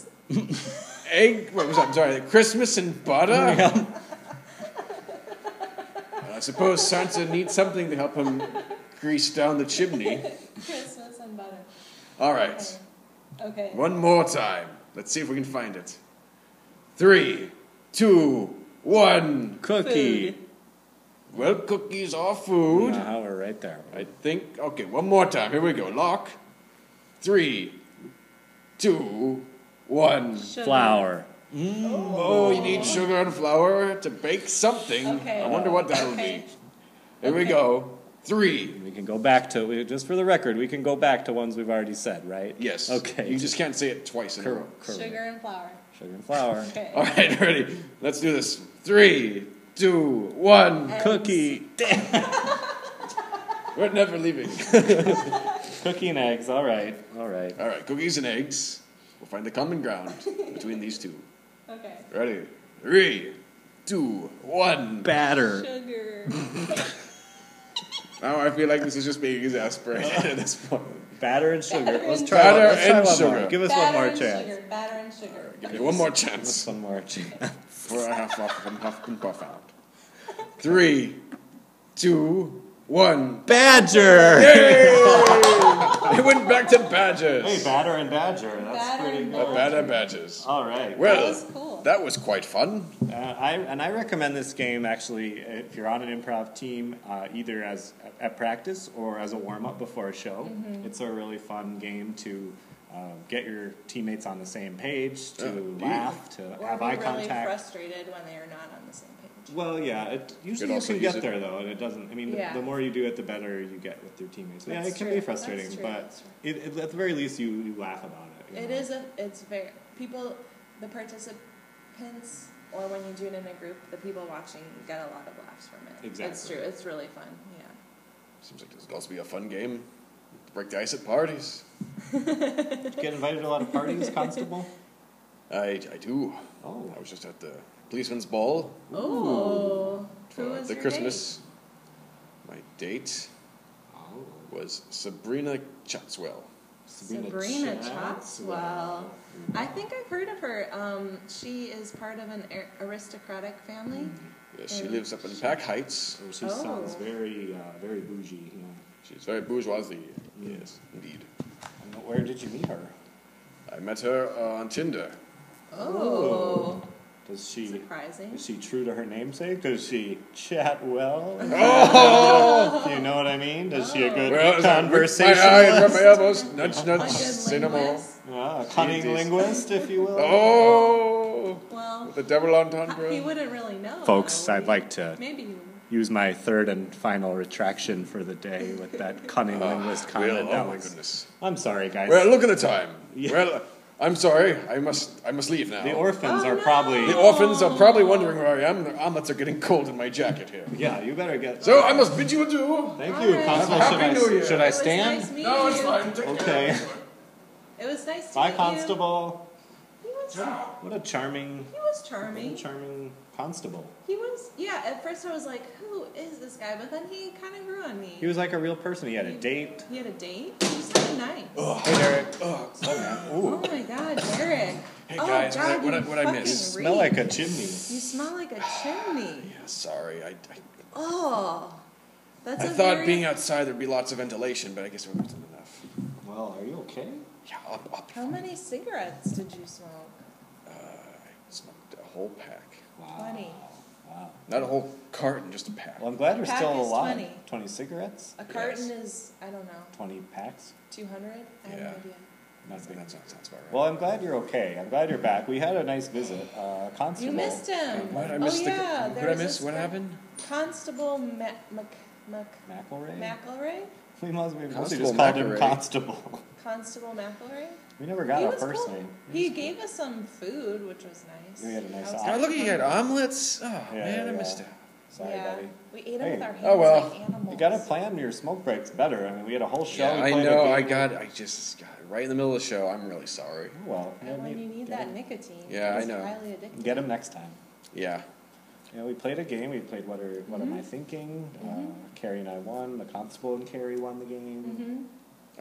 [SPEAKER 5] Egg. What was that? I'm sorry. Christmas and butter. I suppose Santa needs something to help him grease down the chimney.
[SPEAKER 7] Christmas and butter.
[SPEAKER 5] All right.
[SPEAKER 7] Okay. Okay.
[SPEAKER 5] One more time. Let's see if we can find it. Three, two, one.
[SPEAKER 2] Cookie.
[SPEAKER 5] Well, cookies are food.
[SPEAKER 2] Now we're right there.
[SPEAKER 5] I think. Okay, one more time. Here we go. Lock. Three, two, one.
[SPEAKER 7] Sugar.
[SPEAKER 2] Flour.
[SPEAKER 5] Oh, you need sugar and flour to bake something.
[SPEAKER 7] Okay.
[SPEAKER 5] I wonder what that'll
[SPEAKER 7] Okay.
[SPEAKER 5] be. Here we go. Three.
[SPEAKER 2] We can go back to we- just for the record. We can go back to ones we've already said, right?
[SPEAKER 5] Yes.
[SPEAKER 2] Okay.
[SPEAKER 5] You just can't say it twice in a row.
[SPEAKER 2] Cor- correct.
[SPEAKER 7] Sugar and flour.
[SPEAKER 2] Sugar and flour.
[SPEAKER 7] Okay.
[SPEAKER 5] All right, <laughs> ready? Let's do this. Three, two, one.
[SPEAKER 2] Cookie.
[SPEAKER 5] We're never leaving.
[SPEAKER 2] Cookie and eggs. All right. All right.
[SPEAKER 5] All right, cookies and eggs. We'll find the common ground between these two.
[SPEAKER 7] Okay.
[SPEAKER 5] Ready? Three, two, one.
[SPEAKER 2] Batter.
[SPEAKER 7] Sugar.
[SPEAKER 5] Now I feel like this is just being
[SPEAKER 2] <laughs>
[SPEAKER 5] exasperated at this point.
[SPEAKER 2] Batter and sugar.
[SPEAKER 7] Batter
[SPEAKER 2] Let's
[SPEAKER 7] and-
[SPEAKER 2] try one-
[SPEAKER 5] Batter
[SPEAKER 2] let's try
[SPEAKER 5] and
[SPEAKER 2] one
[SPEAKER 5] sugar.
[SPEAKER 2] More. Give us
[SPEAKER 7] Batter
[SPEAKER 2] one more
[SPEAKER 7] and
[SPEAKER 2] chance.
[SPEAKER 7] Sugar. Batter and sugar.
[SPEAKER 5] Give me one more
[SPEAKER 2] Just
[SPEAKER 5] chance.
[SPEAKER 2] one more chance.
[SPEAKER 5] Before I half off and huff and
[SPEAKER 2] <laughs>
[SPEAKER 5] puff out. Three, two, one.
[SPEAKER 2] Badger.
[SPEAKER 5] It went back to
[SPEAKER 2] Hey,
[SPEAKER 5] badgers.
[SPEAKER 2] batter and badger. That's
[SPEAKER 7] Batter
[SPEAKER 2] pretty
[SPEAKER 7] and
[SPEAKER 2] good.
[SPEAKER 5] The batter badgers.
[SPEAKER 2] All right.
[SPEAKER 7] That was
[SPEAKER 5] Well,
[SPEAKER 7] cool.
[SPEAKER 5] Well, that was quite fun.
[SPEAKER 2] Uh, I, and I recommend this game actually if you're on an improv team, uh, either as at practice or as a warm up before a show.
[SPEAKER 7] Mm-hmm.
[SPEAKER 2] It's a really fun game to uh, get your teammates on the same page, to
[SPEAKER 5] Yeah.
[SPEAKER 2] laugh, to
[SPEAKER 4] Or
[SPEAKER 2] have
[SPEAKER 4] be
[SPEAKER 2] eye
[SPEAKER 4] really
[SPEAKER 2] contact.
[SPEAKER 4] frustrated when they are not on the same page.
[SPEAKER 2] Well, yeah, it, usually
[SPEAKER 5] Could
[SPEAKER 2] you
[SPEAKER 5] also
[SPEAKER 2] can
[SPEAKER 5] use
[SPEAKER 2] get
[SPEAKER 5] it-
[SPEAKER 2] there though, and it doesn't. I mean,
[SPEAKER 4] Yeah.
[SPEAKER 2] the, the more you do it, the better you get with your teammates. yeah,
[SPEAKER 4] That's
[SPEAKER 2] it can
[SPEAKER 4] true.
[SPEAKER 2] be
[SPEAKER 4] That's
[SPEAKER 2] frustrating,
[SPEAKER 4] true.
[SPEAKER 2] but
[SPEAKER 4] That's
[SPEAKER 2] it, it, at the very least, you, you laugh about it. you
[SPEAKER 4] It
[SPEAKER 2] know.
[SPEAKER 4] is a, it's very, people, the participants, or when you do it in a group, the people watching get a lot of laughs from it. It's
[SPEAKER 2] Exactly.
[SPEAKER 4] true. It's really fun. Yeah.
[SPEAKER 5] Seems like this would also be a fun game. Break the ice at parties.
[SPEAKER 2] Get invited to a lot of parties,
[SPEAKER 4] <laughs>
[SPEAKER 2] Constable.
[SPEAKER 5] I, I do.
[SPEAKER 2] Oh.
[SPEAKER 5] I was just at the policeman's ball
[SPEAKER 4] Oh. Who
[SPEAKER 5] for
[SPEAKER 4] was
[SPEAKER 5] the
[SPEAKER 4] your
[SPEAKER 5] Christmas. My date
[SPEAKER 2] Oh.
[SPEAKER 5] was Sabrina Chatswell.
[SPEAKER 4] Date? Sabrina Chopswell. I think I've heard of her. Um, she is part of an ar- aristocratic family.
[SPEAKER 5] Yeah, she
[SPEAKER 4] Mm.
[SPEAKER 5] lives up in Pack Heights.
[SPEAKER 2] Oh, she
[SPEAKER 4] Oh.
[SPEAKER 2] sounds very, uh, very bougie. You know.
[SPEAKER 5] She's very bourgeoisie. Yes, indeed.
[SPEAKER 2] And Where did you meet her?
[SPEAKER 5] I met her on Tinder.
[SPEAKER 4] Oh.
[SPEAKER 2] Does she?
[SPEAKER 4] Surprising.
[SPEAKER 2] Is she true to her namesake? Does she chat
[SPEAKER 4] <laughs>
[SPEAKER 2] well?
[SPEAKER 4] Oh!
[SPEAKER 2] Do <laughs> you know what I mean? Does she a good
[SPEAKER 5] Well,
[SPEAKER 2] conversation?
[SPEAKER 5] My eyes, rub
[SPEAKER 2] list?
[SPEAKER 5] my elbows, nudge,
[SPEAKER 4] A
[SPEAKER 5] nudge,
[SPEAKER 4] good
[SPEAKER 5] say no more.
[SPEAKER 4] linguist.
[SPEAKER 5] Ah,
[SPEAKER 2] Yeah, a cunning
[SPEAKER 5] Jesus.
[SPEAKER 2] linguist, if you will.
[SPEAKER 5] Oh,
[SPEAKER 4] Well,
[SPEAKER 5] the devil on
[SPEAKER 4] he
[SPEAKER 5] Tonbra.
[SPEAKER 4] wouldn't really know.
[SPEAKER 2] Folks,
[SPEAKER 4] though.
[SPEAKER 2] I'd like to
[SPEAKER 4] Maybe you.
[SPEAKER 2] use my third and final retraction for the day with that cunning linguist comment.
[SPEAKER 5] Will,
[SPEAKER 2] That
[SPEAKER 5] Ah, oh my
[SPEAKER 2] was-
[SPEAKER 5] goodness.
[SPEAKER 2] I'm sorry, guys.
[SPEAKER 5] Well, look at the time.
[SPEAKER 2] Yeah.
[SPEAKER 5] Well, I'm sorry. I must. I must leave now.
[SPEAKER 2] the orphans
[SPEAKER 4] Oh,
[SPEAKER 2] are
[SPEAKER 4] no.
[SPEAKER 2] probably.
[SPEAKER 5] The orphans are probably wondering where I am. Their omelets are getting cold in my jacket here.
[SPEAKER 2] Yeah, you better get.
[SPEAKER 5] So I must bid you adieu.
[SPEAKER 2] Thank
[SPEAKER 4] All
[SPEAKER 2] you,
[SPEAKER 4] right.
[SPEAKER 2] Constable.
[SPEAKER 5] Happy
[SPEAKER 2] Should I,
[SPEAKER 5] New Year.
[SPEAKER 2] should
[SPEAKER 4] It
[SPEAKER 2] I
[SPEAKER 4] was
[SPEAKER 2] stand?
[SPEAKER 4] nice meeting
[SPEAKER 5] No, it's
[SPEAKER 4] you.
[SPEAKER 5] fine. Take care.
[SPEAKER 2] Okay.
[SPEAKER 4] It was nice to
[SPEAKER 2] Bye,
[SPEAKER 4] meet
[SPEAKER 2] Constable.
[SPEAKER 4] You. He was,
[SPEAKER 2] What a charming,
[SPEAKER 4] he was
[SPEAKER 2] what a
[SPEAKER 4] charming.
[SPEAKER 2] charming constable.
[SPEAKER 4] He was, yeah. At first, I was like, "Who is this guy?" But then he kind of grew on me.
[SPEAKER 2] He was like a real person. He had a date.
[SPEAKER 4] He had a date. He was kind of nice.
[SPEAKER 2] Hey, Derek.
[SPEAKER 4] Oh my God, Derek!
[SPEAKER 5] Hey,
[SPEAKER 4] oh
[SPEAKER 5] guys, what I-
[SPEAKER 4] God,
[SPEAKER 5] what I-
[SPEAKER 4] you
[SPEAKER 5] what I
[SPEAKER 4] fucking
[SPEAKER 5] missed?
[SPEAKER 2] Smell like a
[SPEAKER 4] reek.
[SPEAKER 2] chimney.
[SPEAKER 4] You smell like a chimney.
[SPEAKER 5] Yeah, sorry. I, I,
[SPEAKER 4] Oh, that's
[SPEAKER 5] I
[SPEAKER 4] a
[SPEAKER 5] thought
[SPEAKER 4] very,
[SPEAKER 5] being outside there'd be lots of ventilation, but I guess there wasn't enough.
[SPEAKER 2] Well, are you okay?
[SPEAKER 5] Yeah, up, up.
[SPEAKER 4] How many cigarettes did you smoke?
[SPEAKER 5] I smoked a whole pack.
[SPEAKER 4] Twenty.
[SPEAKER 5] Not a whole carton, just a pack.
[SPEAKER 2] Well, I'm glad you're
[SPEAKER 4] Pack
[SPEAKER 2] still
[SPEAKER 4] is
[SPEAKER 2] alive.
[SPEAKER 4] 20.
[SPEAKER 2] cigarettes?
[SPEAKER 4] A carton is I don't know,
[SPEAKER 2] 20 packs?
[SPEAKER 4] two hundred. I have
[SPEAKER 5] Yeah.
[SPEAKER 4] no idea.
[SPEAKER 5] That's, that sounds, sounds about right.
[SPEAKER 2] Well, I'm glad you're okay. I'm glad you're back. We had a nice visit. Uh, constable.
[SPEAKER 4] You missed him.
[SPEAKER 5] What I
[SPEAKER 4] oh
[SPEAKER 5] missed
[SPEAKER 4] yeah,
[SPEAKER 5] the,
[SPEAKER 4] there
[SPEAKER 5] what I
[SPEAKER 4] was
[SPEAKER 5] miss?
[SPEAKER 4] this
[SPEAKER 5] What
[SPEAKER 4] guy-
[SPEAKER 5] happened?
[SPEAKER 4] Constable Mac, Mac, Mac,
[SPEAKER 2] McElroy?
[SPEAKER 4] McElroy,
[SPEAKER 2] <laughs> we must, we must have
[SPEAKER 5] Constable
[SPEAKER 2] just called him
[SPEAKER 5] McElroy.
[SPEAKER 2] Constable.
[SPEAKER 4] Constable McElroy.
[SPEAKER 2] We never got
[SPEAKER 4] he
[SPEAKER 2] our
[SPEAKER 4] was
[SPEAKER 2] first
[SPEAKER 4] cool.
[SPEAKER 2] name.
[SPEAKER 4] He gave us some food, which was nice.
[SPEAKER 2] We had a nice
[SPEAKER 4] I was
[SPEAKER 2] eye.
[SPEAKER 5] Oh,
[SPEAKER 4] kinda
[SPEAKER 5] look, he had
[SPEAKER 4] hungry.
[SPEAKER 5] omelets. Oh
[SPEAKER 2] Yeah,
[SPEAKER 5] man, I
[SPEAKER 2] yeah.
[SPEAKER 5] missed it.
[SPEAKER 2] Sorry,
[SPEAKER 4] yeah,
[SPEAKER 2] buddy.
[SPEAKER 4] we ate them
[SPEAKER 2] Hey.
[SPEAKER 4] with our hands
[SPEAKER 5] Oh, well.
[SPEAKER 4] like animals.
[SPEAKER 2] You gotta plan your smoke breaks better. I mean, we had a whole show.
[SPEAKER 5] Yeah,
[SPEAKER 2] we
[SPEAKER 5] I
[SPEAKER 2] played a
[SPEAKER 5] know.
[SPEAKER 2] game.
[SPEAKER 5] I got. I just got right in the middle of the show. I'm really sorry.
[SPEAKER 2] Oh, well, yeah,
[SPEAKER 4] And when
[SPEAKER 2] we-
[SPEAKER 4] you need
[SPEAKER 2] get
[SPEAKER 4] that
[SPEAKER 2] him-
[SPEAKER 4] nicotine,
[SPEAKER 5] Yeah, I
[SPEAKER 4] it's
[SPEAKER 5] know.
[SPEAKER 4] highly addictive.
[SPEAKER 2] Get him next time.
[SPEAKER 5] Yeah.
[SPEAKER 2] Yeah, we played a game. We played what are what am
[SPEAKER 4] Mm-hmm.
[SPEAKER 2] I thinking? Uh, Carrie and I won. The constable and Carrie won the
[SPEAKER 4] Mm-hmm.
[SPEAKER 2] game.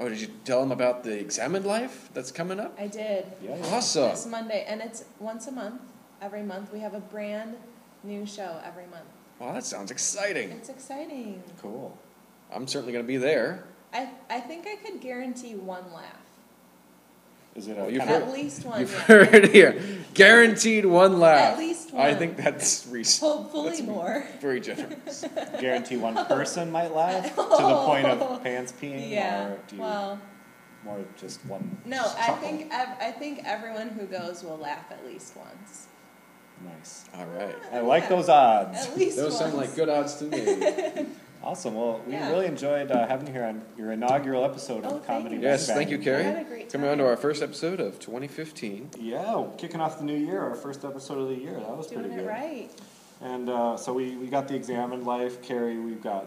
[SPEAKER 5] Oh, did you tell him about the examined life that's coming up?
[SPEAKER 4] I did
[SPEAKER 2] Yeah, yeah.
[SPEAKER 5] Awesome.
[SPEAKER 4] this Monday, and it's once a month. Every month we have a brand new show every month.
[SPEAKER 5] Wow, that sounds exciting.
[SPEAKER 4] It's exciting.
[SPEAKER 5] <laughs>
[SPEAKER 2] cool.
[SPEAKER 5] I'm certainly going to be there.
[SPEAKER 4] I I think I could guarantee one laugh,
[SPEAKER 2] Is it a
[SPEAKER 5] Well, you've
[SPEAKER 2] kind of-
[SPEAKER 4] at least one.
[SPEAKER 5] You've
[SPEAKER 4] laugh.
[SPEAKER 5] heard it here. Guaranteed <laughs> one laugh.
[SPEAKER 4] least
[SPEAKER 5] I
[SPEAKER 4] one.
[SPEAKER 5] think that's reasonable.
[SPEAKER 4] Hopefully
[SPEAKER 5] That's
[SPEAKER 4] more.
[SPEAKER 5] Very generous.
[SPEAKER 2] guarantee
[SPEAKER 4] <laughs>
[SPEAKER 2] one person might laugh to the point of pants peeing,
[SPEAKER 4] Oh. Yeah.
[SPEAKER 2] or do you
[SPEAKER 4] Well,
[SPEAKER 2] more just one?
[SPEAKER 4] no, I
[SPEAKER 2] chuckle?
[SPEAKER 4] think ev- I think everyone who goes will laugh at least once.
[SPEAKER 2] nice.
[SPEAKER 5] All right.
[SPEAKER 2] I like
[SPEAKER 4] Yeah.
[SPEAKER 2] those odds.
[SPEAKER 4] At least
[SPEAKER 5] Those
[SPEAKER 4] once.
[SPEAKER 5] sound like good odds to <laughs> me.
[SPEAKER 2] Awesome. Well, we
[SPEAKER 4] Yeah.
[SPEAKER 2] really enjoyed uh, having you here on your inaugural episode
[SPEAKER 4] Oh,
[SPEAKER 2] of
[SPEAKER 4] thank
[SPEAKER 2] Comedy.
[SPEAKER 4] you.
[SPEAKER 5] yes,
[SPEAKER 2] Bang
[SPEAKER 5] thank you,
[SPEAKER 2] Bang.
[SPEAKER 5] Carrie.
[SPEAKER 4] Had a great
[SPEAKER 5] Coming on to
[SPEAKER 4] time.
[SPEAKER 5] our first episode of 2015.
[SPEAKER 2] Yeah, we're kicking off the new year, our first episode of the year. That was
[SPEAKER 4] doing
[SPEAKER 2] pretty
[SPEAKER 4] it
[SPEAKER 2] good.
[SPEAKER 4] right.
[SPEAKER 2] And uh, so we, we got the examined life, Carrie. We've got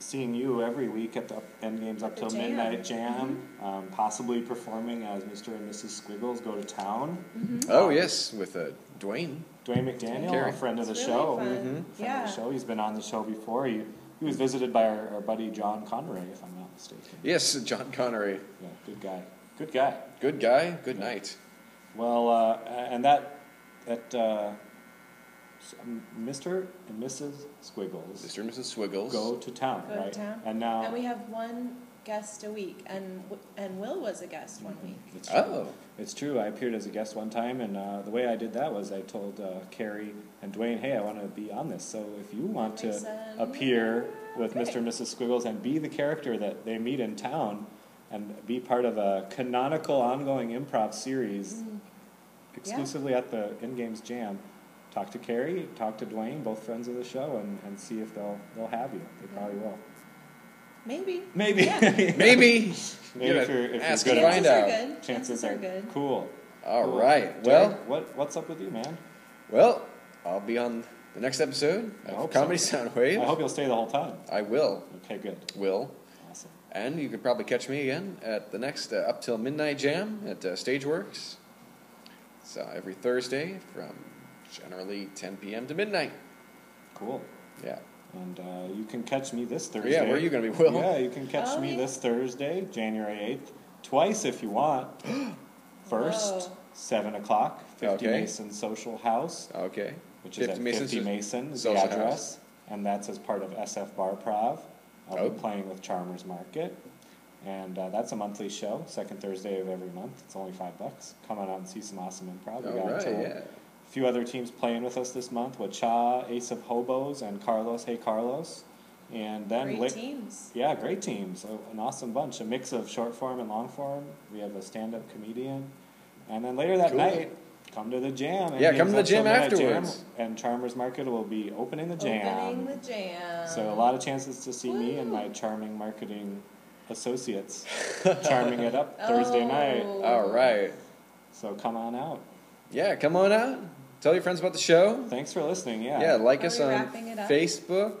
[SPEAKER 2] seeing you every week at the up- end games up
[SPEAKER 4] At the
[SPEAKER 2] till
[SPEAKER 4] jam. Mm-hmm.
[SPEAKER 2] midnight jam, um, possibly performing as Mr. and Mrs. Squiggles go to town.
[SPEAKER 4] Mm-hmm.
[SPEAKER 5] Oh, yes, with uh, Dwayne.
[SPEAKER 2] Dwayne McDaniel,
[SPEAKER 5] Carrie.
[SPEAKER 2] a friend of the
[SPEAKER 4] It's really
[SPEAKER 2] show,
[SPEAKER 4] fun. Mhm.
[SPEAKER 2] friend
[SPEAKER 4] Yeah.
[SPEAKER 2] of the show. He's been on the show before. He he was visited by our, our buddy John Conroy, if I'm not mistaken.
[SPEAKER 5] Yes, John Connery.
[SPEAKER 2] Yeah, good guy. Good guy.
[SPEAKER 5] Good guy, good night.
[SPEAKER 2] Well, uh, and that that uh, s- Mr. and Mrs. Squiggles
[SPEAKER 5] Mr. and Mrs. Swiggles.
[SPEAKER 2] go to town,
[SPEAKER 4] Go to
[SPEAKER 2] right?
[SPEAKER 4] town.
[SPEAKER 2] And now
[SPEAKER 4] And we have one
[SPEAKER 7] guest a week, and w- and Will was a guest one week.
[SPEAKER 2] It's true.
[SPEAKER 5] Oh.
[SPEAKER 2] It's true. I appeared as a guest one time, and uh, the way I did that was I told uh, Carrie and Dwayne, "Hey, I want to be on this. So if you want to
[SPEAKER 7] Lisa.
[SPEAKER 2] appear with
[SPEAKER 7] Great.
[SPEAKER 2] Mr. and Mrs. Squiggles and be the character that they meet in town, and be part of a canonical ongoing improv series
[SPEAKER 7] Mm.
[SPEAKER 2] exclusively at the In Games Jam." Talk to Carrie, talk to Dwayne, both friends of the show, and, and see if they'll they'll have you. They probably will.
[SPEAKER 7] Maybe.
[SPEAKER 2] Maybe.
[SPEAKER 5] Maybe.
[SPEAKER 2] <laughs> Maybe if you're- if you're
[SPEAKER 5] ask
[SPEAKER 2] good
[SPEAKER 5] and
[SPEAKER 2] at it.
[SPEAKER 5] find
[SPEAKER 7] Chances are
[SPEAKER 5] out.
[SPEAKER 7] good.
[SPEAKER 2] Chances are
[SPEAKER 7] good.
[SPEAKER 2] cool.
[SPEAKER 5] All
[SPEAKER 2] Cool.
[SPEAKER 5] right.
[SPEAKER 2] Derek,
[SPEAKER 5] Well,
[SPEAKER 2] what what's up with you, man?
[SPEAKER 5] well, I'll be on the next episode
[SPEAKER 2] I
[SPEAKER 5] of
[SPEAKER 2] hope
[SPEAKER 5] Comedy
[SPEAKER 2] so.
[SPEAKER 5] Soundwave.
[SPEAKER 2] I hope you'll stay the whole time.
[SPEAKER 5] I will.
[SPEAKER 2] Okay, good.
[SPEAKER 5] Will.
[SPEAKER 2] Awesome.
[SPEAKER 5] And you could probably catch me again at the next uh, Up Till Midnight Jam at uh, Stageworks. It's uh, every Thursday from generally 10 p.m. to midnight.
[SPEAKER 2] Cool.
[SPEAKER 5] Yeah. Oh,
[SPEAKER 2] And uh, you can catch me this Thursday.
[SPEAKER 5] Yeah, where are you gonna be, Will?
[SPEAKER 2] Yeah, you can catch
[SPEAKER 7] Oh,
[SPEAKER 2] me
[SPEAKER 7] yeah.
[SPEAKER 2] this Thursday, January 8th, twice if you
[SPEAKER 5] <gasps>
[SPEAKER 2] want. First,
[SPEAKER 7] Whoa.
[SPEAKER 2] 7 o'clock, 50
[SPEAKER 5] Okay.
[SPEAKER 2] Mason Social House,
[SPEAKER 5] Okay.
[SPEAKER 2] which is at 50 Mason,
[SPEAKER 5] so-
[SPEAKER 2] is the
[SPEAKER 5] Social
[SPEAKER 2] address.
[SPEAKER 5] House.
[SPEAKER 2] And that's as part of SF Bar Prov. I'll
[SPEAKER 5] Oh.
[SPEAKER 2] be playing with Charmers Market. And uh, that's a monthly show, second Thursday of every month. It's only five bucks. Come on out and see some awesome improv. We
[SPEAKER 5] All
[SPEAKER 2] got
[SPEAKER 5] right,
[SPEAKER 2] until
[SPEAKER 5] yeah.
[SPEAKER 2] A few other teams playing with us this month: Wacha, Ace of Hobos, and Carlos. Hey, Carlos! And then
[SPEAKER 7] Great
[SPEAKER 2] Lick-
[SPEAKER 7] teams.
[SPEAKER 2] yeah, great team. So an awesome bunch, a mix of short form and long form. We have a stand-up comedian, and then later that
[SPEAKER 5] Cool.
[SPEAKER 2] night, come to the jam.
[SPEAKER 5] Yeah, come to the
[SPEAKER 2] Up Till
[SPEAKER 5] jam
[SPEAKER 2] Midnight
[SPEAKER 5] afterwards.
[SPEAKER 2] and Charmers Market will be opening the jam.
[SPEAKER 7] Opening the jam.
[SPEAKER 2] So a lot of chances to see me and my
[SPEAKER 7] Woo.
[SPEAKER 2] charming marketing
[SPEAKER 5] <laughs>
[SPEAKER 2] associates charming it up Thursday night.
[SPEAKER 7] Oh.
[SPEAKER 5] All right.
[SPEAKER 2] So come on out.
[SPEAKER 5] Yeah, come on out. Tell your friends about the show.
[SPEAKER 2] Thanks for listening. Yeah.
[SPEAKER 5] Yeah, like
[SPEAKER 7] Are
[SPEAKER 5] us
[SPEAKER 7] we
[SPEAKER 5] on
[SPEAKER 7] wrapping it up?
[SPEAKER 5] Facebook.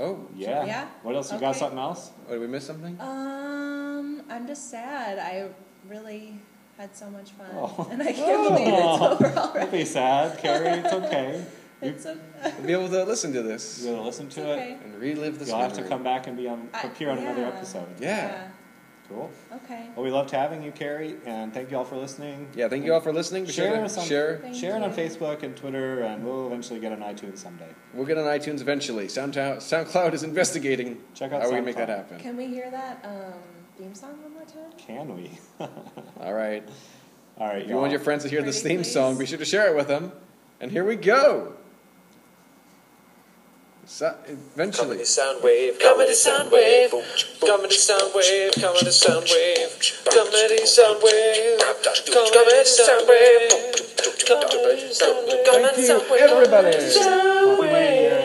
[SPEAKER 5] Oh,
[SPEAKER 2] Yeah.
[SPEAKER 7] Yeah?
[SPEAKER 2] What else? You got
[SPEAKER 7] Okay.
[SPEAKER 2] something else?
[SPEAKER 5] oh, did we miss something?
[SPEAKER 7] Um, I'm just sad. I really had so much fun,
[SPEAKER 2] Oh.
[SPEAKER 7] <laughs> and I can't believe
[SPEAKER 2] <laughs>
[SPEAKER 7] it's over
[SPEAKER 2] Don't
[SPEAKER 7] already.
[SPEAKER 2] be sad, Carrie. It's okay. You, <laughs>
[SPEAKER 7] It's a,
[SPEAKER 5] We'll be able to listen to this
[SPEAKER 2] you gotta listen to
[SPEAKER 7] okay.
[SPEAKER 2] it.
[SPEAKER 5] and relive this
[SPEAKER 2] You'll have to
[SPEAKER 5] memory.
[SPEAKER 2] come back and be on
[SPEAKER 7] I-
[SPEAKER 2] appear on another
[SPEAKER 7] yeah.
[SPEAKER 2] episode. Oh.
[SPEAKER 5] Yeah.
[SPEAKER 2] Cool.
[SPEAKER 7] yeah. Okay.
[SPEAKER 2] Well, we loved having you, Carrie, and thank you all for listening.
[SPEAKER 5] Yeah, thank you all for listening. Be
[SPEAKER 2] Share
[SPEAKER 5] sure to
[SPEAKER 2] us on-
[SPEAKER 5] share.
[SPEAKER 7] Thank
[SPEAKER 2] Share it on
[SPEAKER 7] you.
[SPEAKER 2] Facebook and Twitter, and we'll eventually get on iTunes someday.
[SPEAKER 5] We'll get on iTunes eventually. SoundCloud, SoundCloud is investigating
[SPEAKER 2] Check out
[SPEAKER 5] how we can make
[SPEAKER 2] SoundCloud.
[SPEAKER 5] that happen.
[SPEAKER 7] Can we hear that um, theme song one more time?
[SPEAKER 2] Can we? <laughs>
[SPEAKER 5] All right.
[SPEAKER 2] All right.
[SPEAKER 5] If you want
[SPEAKER 2] y'all.
[SPEAKER 5] your friends to hear this
[SPEAKER 7] Pretty
[SPEAKER 5] theme
[SPEAKER 7] please.
[SPEAKER 5] song, be sure to share it with them. And here we go. So, eventually.
[SPEAKER 3] Comedy Soundwave, Comedy Soundwave, Comedy Soundwave, Comedy Soundwave, Comedy Soundwave, Comedy Soundwave, Comedy Soundwave, Comedy
[SPEAKER 5] Thank you, everybody.
[SPEAKER 3] Soundwave.